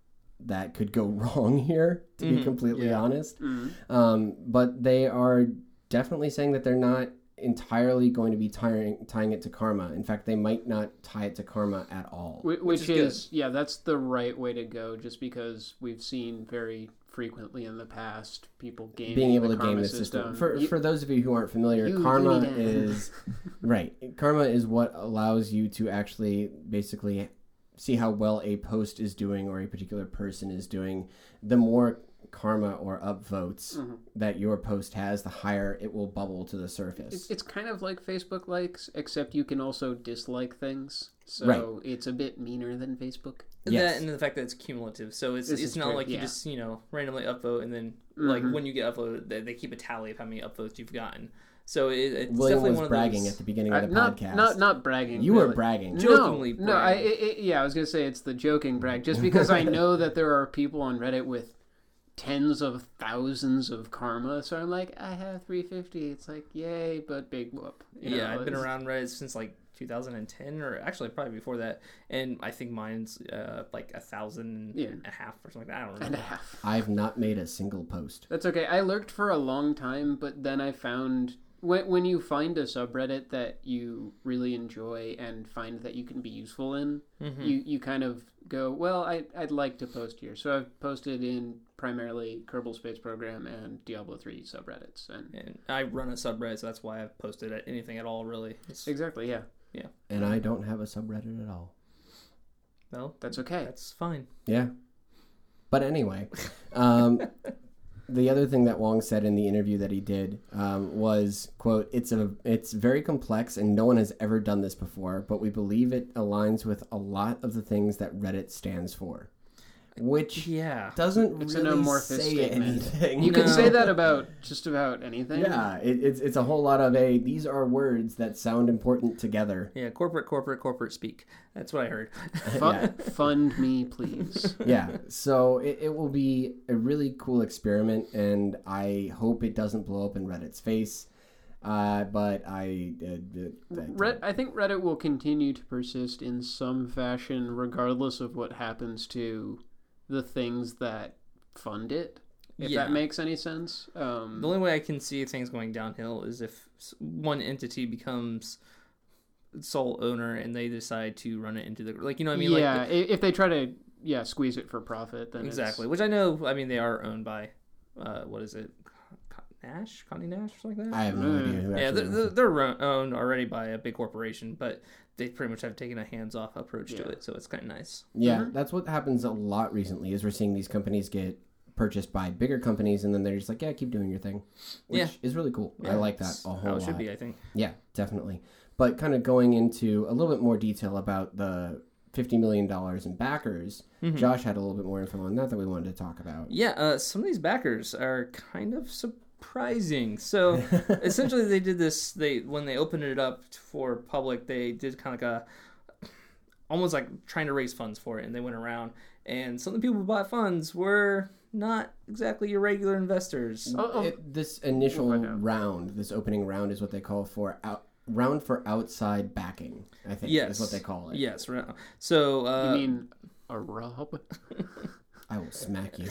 [SPEAKER 1] that could go wrong here, to be
[SPEAKER 3] Mhm.
[SPEAKER 1] completely
[SPEAKER 3] Yeah.
[SPEAKER 1] honest.
[SPEAKER 2] Mm.
[SPEAKER 1] Um, but they are definitely saying that they're not entirely going to be tying tying it to karma. In fact, they might not tie it to karma at all.
[SPEAKER 2] Wh- Which,
[SPEAKER 3] is
[SPEAKER 2] is,
[SPEAKER 3] good.
[SPEAKER 2] yeah, that's the right way to go. Just because we've seen very frequently in the past people gaming
[SPEAKER 1] Being able
[SPEAKER 2] the
[SPEAKER 1] to game
[SPEAKER 2] karma
[SPEAKER 1] the system. For
[SPEAKER 2] You-
[SPEAKER 1] for those of you who aren't familiar,
[SPEAKER 2] you- you
[SPEAKER 1] karma
[SPEAKER 2] need to-
[SPEAKER 1] is right. Karma is what allows you to actually basically see how well a post is doing or a particular person is doing. The more karma or upvotes
[SPEAKER 2] Mhm.
[SPEAKER 1] that your post has, the higher it will bubble to the surface.
[SPEAKER 2] it's, it's kind of like Facebook likes, except you can also dislike things. So
[SPEAKER 1] Right.
[SPEAKER 2] it's a bit meaner than Facebook.
[SPEAKER 1] Yes.
[SPEAKER 3] That and the fact that it's cumulative, so it's
[SPEAKER 2] This
[SPEAKER 3] it's
[SPEAKER 2] is
[SPEAKER 3] not
[SPEAKER 2] true,
[SPEAKER 3] like you
[SPEAKER 2] yeah. Mm-hmm.
[SPEAKER 3] just you know randomly upvote and then like when you get uploaded, they, they keep a tally of how many upvotes you've gotten. So it, it's
[SPEAKER 1] William
[SPEAKER 3] definitely
[SPEAKER 1] was
[SPEAKER 3] one of
[SPEAKER 1] bragging
[SPEAKER 3] those.
[SPEAKER 1] at the beginning
[SPEAKER 2] Uh,
[SPEAKER 1] of the
[SPEAKER 2] not
[SPEAKER 1] podcast.
[SPEAKER 2] not not bragging.
[SPEAKER 1] you were
[SPEAKER 2] really.
[SPEAKER 1] bragging.
[SPEAKER 2] No,
[SPEAKER 3] Jokingly
[SPEAKER 2] no, I,
[SPEAKER 3] bragging.
[SPEAKER 2] i i- yeah, I was gonna say it's the joking brag, just because I know that there are people on Reddit with tens of thousands of karma. So I'm like, I have 350. It's like, yay, but big whoop. You
[SPEAKER 3] yeah,
[SPEAKER 2] know,
[SPEAKER 3] I've been
[SPEAKER 2] it's-
[SPEAKER 3] around Reddit since like 2010, or actually probably before that. And I think mine's uh, like a thousand
[SPEAKER 2] Yeah.
[SPEAKER 3] and a half or something like that. I don't
[SPEAKER 2] and a
[SPEAKER 3] know.
[SPEAKER 2] half.
[SPEAKER 1] I've not made a single post.
[SPEAKER 2] That's okay. I lurked for a long time, but then I found when when you find a subreddit that you really enjoy and find that you can be useful in, you
[SPEAKER 3] Hmm.
[SPEAKER 2] you kind of go, well, I I'd like to post here. So I've posted in primarily Kerbal Space Program and Diablo 3 subreddits and
[SPEAKER 3] And I run a subreddit, so that's why I've posted at anything at all, really. It's,
[SPEAKER 2] Exactly, yeah.
[SPEAKER 1] And I don't have a subreddit at all.
[SPEAKER 3] well,
[SPEAKER 2] That's okay.
[SPEAKER 3] that's fine.
[SPEAKER 1] Yeah. But anyway, um, the other thing that Wong said in the interview that he did um, was, "quote It's a it's very complex and no one has ever done this before, but we believe it aligns with a lot of the things that Reddit stands for," which
[SPEAKER 3] Yeah.
[SPEAKER 1] doesn't
[SPEAKER 2] It's an
[SPEAKER 1] really
[SPEAKER 2] amorphous
[SPEAKER 1] say
[SPEAKER 2] statement.
[SPEAKER 1] anything.
[SPEAKER 2] You can
[SPEAKER 3] No.
[SPEAKER 2] say that about just about anything.
[SPEAKER 1] yeah, it, it's it's a whole lot of a. These are words that sound important together.
[SPEAKER 3] Yeah, corporate, corporate, corporate speak. That's what I heard.
[SPEAKER 2] Fu- Fund me, please.
[SPEAKER 1] yeah so it, it will be a really cool experiment and i hope it doesn't blow up in reddit's face uh, but i, uh, d- I
[SPEAKER 2] Red, I think Reddit will continue to persist in some fashion, regardless of what happens to the things that fund it. If
[SPEAKER 3] Yeah.
[SPEAKER 2] that makes any sense. Um,
[SPEAKER 3] The only way I can see things going downhill is if s- one entity becomes sole owner and they decide to run it into the like you know what I mean
[SPEAKER 2] yeah,
[SPEAKER 3] like
[SPEAKER 2] i- if they try to yeah squeeze it for profit, then it's-
[SPEAKER 3] Exactly, which I know. I mean, they are owned by, uh, what is it, Co- Nash, Connie Nash, something like that.
[SPEAKER 1] i have no
[SPEAKER 2] Mm.
[SPEAKER 1] idea who actually
[SPEAKER 3] yeah, they're,
[SPEAKER 1] owns
[SPEAKER 3] they're
[SPEAKER 1] it.
[SPEAKER 3] they're ro- owned already by a big corporation, but they pretty much have taken a hands-off approach to
[SPEAKER 2] Yeah.
[SPEAKER 3] it, so it's kind of nice.
[SPEAKER 1] yeah that's what happens a lot recently is we're seeing these companies get purchased by bigger companies and then they're just like yeah keep doing your thing which
[SPEAKER 3] Yeah.
[SPEAKER 1] is really cool i
[SPEAKER 3] Yeah,
[SPEAKER 1] like that
[SPEAKER 3] that's
[SPEAKER 1] a whole
[SPEAKER 3] how it
[SPEAKER 1] lot
[SPEAKER 3] should be, I think.
[SPEAKER 1] Yeah, definitely. But kind of going into a little bit more detail about the $50 million in backers,
[SPEAKER 3] Mm-hmm.
[SPEAKER 1] Josh had a little bit more info on that that we wanted to talk about.
[SPEAKER 3] Yeah, uh, some of these backers are kind of surprising. So essentially, they did this. They when they opened it up for public, they did kind of like a almost like trying to raise funds for it, and they went around. And some of the people who bought funds were not exactly your regular investors.
[SPEAKER 2] Oh, oh,
[SPEAKER 1] It- this initial
[SPEAKER 2] We'll find out.
[SPEAKER 1] round, this opening round, is what they call for out round for outside backing. I think
[SPEAKER 3] Yes.
[SPEAKER 1] is what they call it.
[SPEAKER 3] Yes, right. So
[SPEAKER 2] you
[SPEAKER 3] uh,
[SPEAKER 2] mean a rub?
[SPEAKER 1] I will smack you,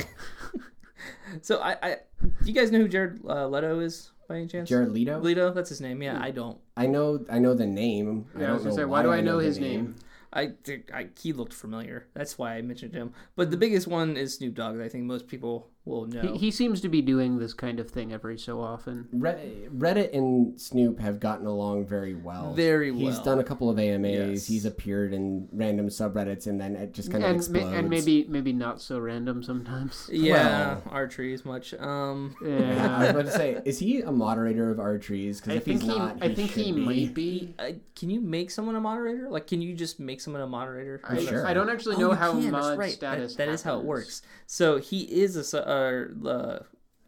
[SPEAKER 3] so I, I do you guys know who Jared uh, Leto is by any chance?
[SPEAKER 1] Jared Leto.
[SPEAKER 3] Leto, that's his name. Yeah, I don't.
[SPEAKER 1] I know, I know the name.
[SPEAKER 2] Yeah, I, was
[SPEAKER 1] don't
[SPEAKER 2] gonna say,
[SPEAKER 1] why
[SPEAKER 2] why do I know
[SPEAKER 1] the
[SPEAKER 2] his name?
[SPEAKER 3] I, think- I he looked familiar. That's why I mentioned him. But the biggest one is Snoop Dogg. That I think most people will know.
[SPEAKER 2] He, he seems to be doing this kind of thing every so often.
[SPEAKER 1] Re- Reddit and Snoop have gotten along very well.
[SPEAKER 3] Very well.
[SPEAKER 1] He's done a couple of AMAs.
[SPEAKER 3] Yes.
[SPEAKER 1] He's appeared in random subreddits, and then it just kind of
[SPEAKER 2] And, ma-
[SPEAKER 1] explodes.
[SPEAKER 2] and maybe maybe not so random sometimes.
[SPEAKER 3] Yeah, archery is much. Um,
[SPEAKER 1] Yeah, I
[SPEAKER 2] Yeah.
[SPEAKER 1] was about to say, is he a moderator of our trees? Because
[SPEAKER 2] I
[SPEAKER 1] if he's
[SPEAKER 2] think he,
[SPEAKER 1] not,
[SPEAKER 2] I think
[SPEAKER 1] should
[SPEAKER 2] he
[SPEAKER 1] be.
[SPEAKER 2] might be.
[SPEAKER 3] uh, can you make someone a moderator? Like, can you just make someone a moderator?
[SPEAKER 2] I,
[SPEAKER 1] Sure.
[SPEAKER 2] I don't actually
[SPEAKER 3] Oh,
[SPEAKER 2] know
[SPEAKER 3] you
[SPEAKER 2] how
[SPEAKER 3] can, that's
[SPEAKER 2] mod
[SPEAKER 3] right.
[SPEAKER 2] status.
[SPEAKER 3] That- that is how it
[SPEAKER 2] happens.
[SPEAKER 3] works. So he is a su- uh, uh,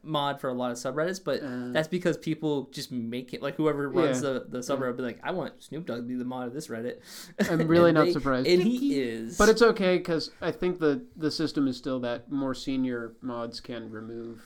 [SPEAKER 3] mod for a lot of subreddits, but
[SPEAKER 2] Uh.
[SPEAKER 3] that's because people just make it. Like whoever runs
[SPEAKER 2] Yeah.
[SPEAKER 3] the the subreddit, will be like, I want Snoop Dogg to be the mod of this Reddit.
[SPEAKER 2] I'm really
[SPEAKER 3] And
[SPEAKER 2] not
[SPEAKER 3] they-
[SPEAKER 2] surprised.
[SPEAKER 3] and he is.
[SPEAKER 2] But it's okay because I think the the system is still that more senior mods can remove.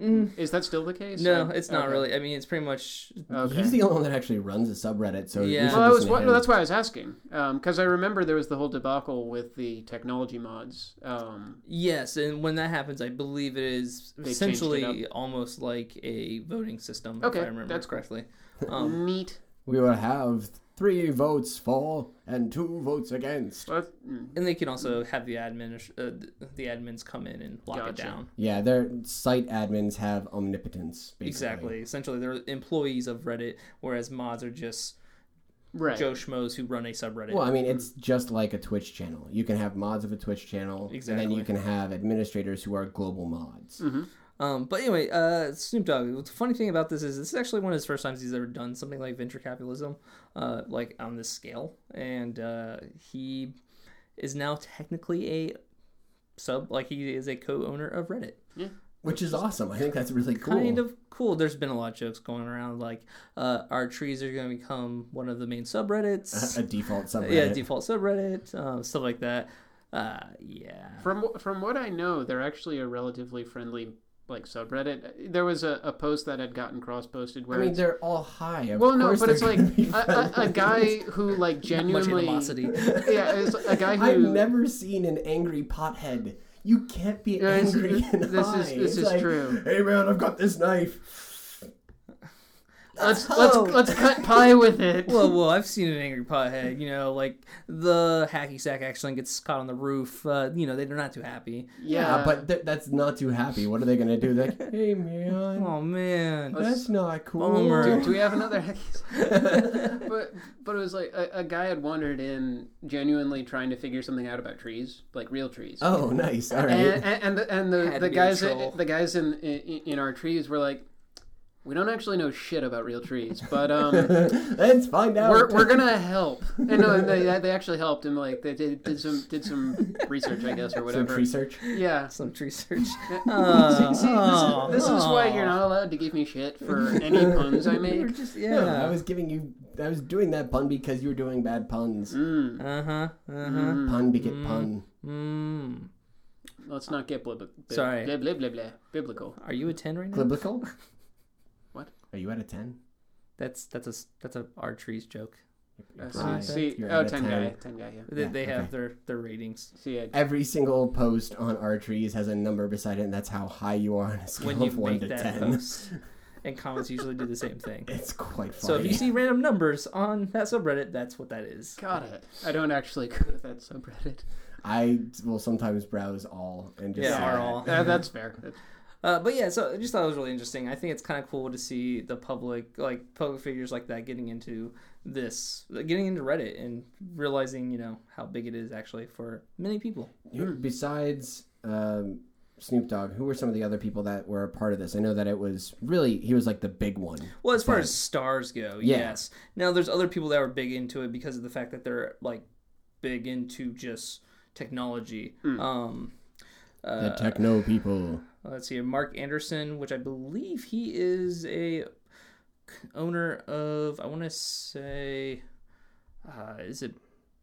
[SPEAKER 3] Mm-hmm.
[SPEAKER 2] Is that still the case?
[SPEAKER 3] no,
[SPEAKER 2] I-
[SPEAKER 3] it's not
[SPEAKER 2] okay.
[SPEAKER 3] really. I mean, it's pretty much
[SPEAKER 2] Okay.
[SPEAKER 1] He's the only one that actually runs a subreddit, so we
[SPEAKER 3] Yeah.
[SPEAKER 1] should
[SPEAKER 2] well, I was,
[SPEAKER 1] listen to
[SPEAKER 2] wa-
[SPEAKER 1] him.
[SPEAKER 2] no, that's why I was asking because I remember there was the whole debacle with the technology mods. Um,
[SPEAKER 3] Yes, and when that happens, I believe it is
[SPEAKER 2] it
[SPEAKER 3] essentially almost like a voting system.
[SPEAKER 2] Okay,
[SPEAKER 3] if I remember
[SPEAKER 2] that's cool.
[SPEAKER 3] correctly.
[SPEAKER 1] Oh.
[SPEAKER 3] Um,
[SPEAKER 2] neat.
[SPEAKER 1] we will have three votes for and two votes against.
[SPEAKER 2] Well, mm,
[SPEAKER 3] and they can also have the admin, uh, the admins come in and lock it
[SPEAKER 2] Gotcha.
[SPEAKER 3] down.
[SPEAKER 1] Yeah, their site admins have omnipotence. Basically.
[SPEAKER 3] Exactly. Essentially, they're employees of Reddit, whereas mods are just
[SPEAKER 2] right.
[SPEAKER 3] Joe schmoes who run a subreddit.
[SPEAKER 1] Well, I mean, it's just like a Twitch channel. You can have mods of a Twitch channel, and
[SPEAKER 3] Exactly.
[SPEAKER 1] then you can have administrators who are global mods.
[SPEAKER 3] Um, but anyway, uh, Snoop Dogg. The funny thing about this is this is actually one of his first times he's ever done something like venture capitalism, uh, like on this scale, and uh, he is now technically a sub, like he is a co-owner of Reddit.
[SPEAKER 1] Which is awesome. I think that's really cool.
[SPEAKER 3] Kind of cool. There's been a lot of jokes going around, like uh, our trees are going to become one of the main subreddits.
[SPEAKER 1] a default subreddit.
[SPEAKER 3] yeah, default subreddit, uh, stuff like that. Uh, yeah.
[SPEAKER 2] From from what I know, they're actually a relatively friendly like subreddit. There was a, a post that had gotten cross posted
[SPEAKER 1] I
[SPEAKER 2] where
[SPEAKER 1] mean,
[SPEAKER 2] it's-
[SPEAKER 1] they're all high. Of
[SPEAKER 2] well, no,
[SPEAKER 1] course
[SPEAKER 2] but it's
[SPEAKER 1] they're
[SPEAKER 2] like
[SPEAKER 1] gonna be
[SPEAKER 2] a, a, a
[SPEAKER 1] friendly.
[SPEAKER 2] guy who like
[SPEAKER 3] Much
[SPEAKER 2] genuinely
[SPEAKER 3] animosity.
[SPEAKER 2] Yeah, it's a guy who-
[SPEAKER 1] I've never seen an angry pothead. You can't be
[SPEAKER 2] Yeah, it's-
[SPEAKER 1] angry.
[SPEAKER 2] it's-
[SPEAKER 1] and
[SPEAKER 2] this is-
[SPEAKER 1] high.
[SPEAKER 2] this
[SPEAKER 1] It's
[SPEAKER 2] is
[SPEAKER 1] like,
[SPEAKER 2] true.
[SPEAKER 1] Hey man, I've got this knife.
[SPEAKER 2] let's let's
[SPEAKER 1] Oh.
[SPEAKER 2] let's cut pie with it.
[SPEAKER 3] Well, well, I've seen an angry pothead. You know, like the hacky sack actually gets caught on the roof. Uh, you know, they, they're not too happy.
[SPEAKER 1] Yeah, but th- that's not too happy. What are they gonna do? They're like, hey man,
[SPEAKER 3] Oh man.
[SPEAKER 1] that's not cool.
[SPEAKER 3] Bummer.
[SPEAKER 2] do, do we have another but but it was like a, a guy had wandered in genuinely trying to figure something out about trees like real trees
[SPEAKER 1] Oh, nice. All right.
[SPEAKER 2] and, and, and the, and the, the
[SPEAKER 3] Had to be a
[SPEAKER 2] guys
[SPEAKER 3] troll.
[SPEAKER 2] the guys in, in in our trees were like we don't actually know shit about real trees but um
[SPEAKER 1] Let's find out.
[SPEAKER 2] we're, we're gonna help and no and they, they actually helped and like they did, did some did some research i guess or
[SPEAKER 1] Some
[SPEAKER 2] whatever
[SPEAKER 1] research.
[SPEAKER 2] yeah
[SPEAKER 3] Some tree search. Uh,
[SPEAKER 2] See,
[SPEAKER 3] oh,
[SPEAKER 2] this, is, this is why
[SPEAKER 3] oh.
[SPEAKER 2] you're not allowed to give me shit for any puns i
[SPEAKER 3] We were
[SPEAKER 2] make
[SPEAKER 3] just-
[SPEAKER 1] No,
[SPEAKER 3] yeah.
[SPEAKER 1] I was giving you. I was doing that pun because you were doing bad puns.
[SPEAKER 2] mm,
[SPEAKER 3] Uh huh. Uh huh.
[SPEAKER 2] mm.
[SPEAKER 1] Pun beget pun.
[SPEAKER 3] Mm.
[SPEAKER 2] Let's not get blib- bib-
[SPEAKER 3] Sorry.
[SPEAKER 2] Blah, blah, blah, blah, biblical.
[SPEAKER 3] Are you a ten right now?
[SPEAKER 1] Biblical.
[SPEAKER 2] What?
[SPEAKER 1] Are you at a ten?
[SPEAKER 3] That's that's a s- that's a our trees joke.
[SPEAKER 2] Uh,
[SPEAKER 3] see- Right.
[SPEAKER 2] see,
[SPEAKER 1] You're
[SPEAKER 2] oh,
[SPEAKER 1] at a
[SPEAKER 2] 10 guy. 10 guy, yeah.
[SPEAKER 3] They,
[SPEAKER 1] Yeah,
[SPEAKER 3] they have
[SPEAKER 1] okay.
[SPEAKER 3] their their ratings.
[SPEAKER 2] See, I,
[SPEAKER 1] Every single post on our trees has a number beside it, and that's how high you are on a scale
[SPEAKER 3] when you
[SPEAKER 1] of one
[SPEAKER 3] make
[SPEAKER 1] to
[SPEAKER 3] that
[SPEAKER 1] ten.
[SPEAKER 3] post. And comments usually do the same thing.
[SPEAKER 1] It's quite funny.
[SPEAKER 3] So if you see random numbers on that subreddit, that's what that is.
[SPEAKER 2] got it. I don't actually go to that subreddit.
[SPEAKER 1] I will sometimes browse all and just
[SPEAKER 3] Yeah,
[SPEAKER 1] say
[SPEAKER 3] are
[SPEAKER 1] that.
[SPEAKER 3] all.
[SPEAKER 2] Uh, that's fair. That's-
[SPEAKER 3] Uh, but yeah, so I just thought it was really interesting. I think it's kind of cool to see the public, like public figures like that, getting into this, getting into Reddit, and realizing you know how big it is actually for many people.
[SPEAKER 1] Who- Besides um, Snoop Dogg, who were some of the other people that were a part of this? I know that it was really he was like the big one.
[SPEAKER 3] Well, as far
[SPEAKER 1] But-
[SPEAKER 3] as stars go,
[SPEAKER 1] Yeah.
[SPEAKER 3] yes. Now there's other people that were big into it because of the fact that they're like big into just technology.
[SPEAKER 2] hmm.
[SPEAKER 1] Oh,
[SPEAKER 3] Um,
[SPEAKER 1] The
[SPEAKER 3] uh,
[SPEAKER 1] Hmm. techno people.
[SPEAKER 3] let's see, Mark Anderson, which I believe he is a owner of. I want to say, uh, is it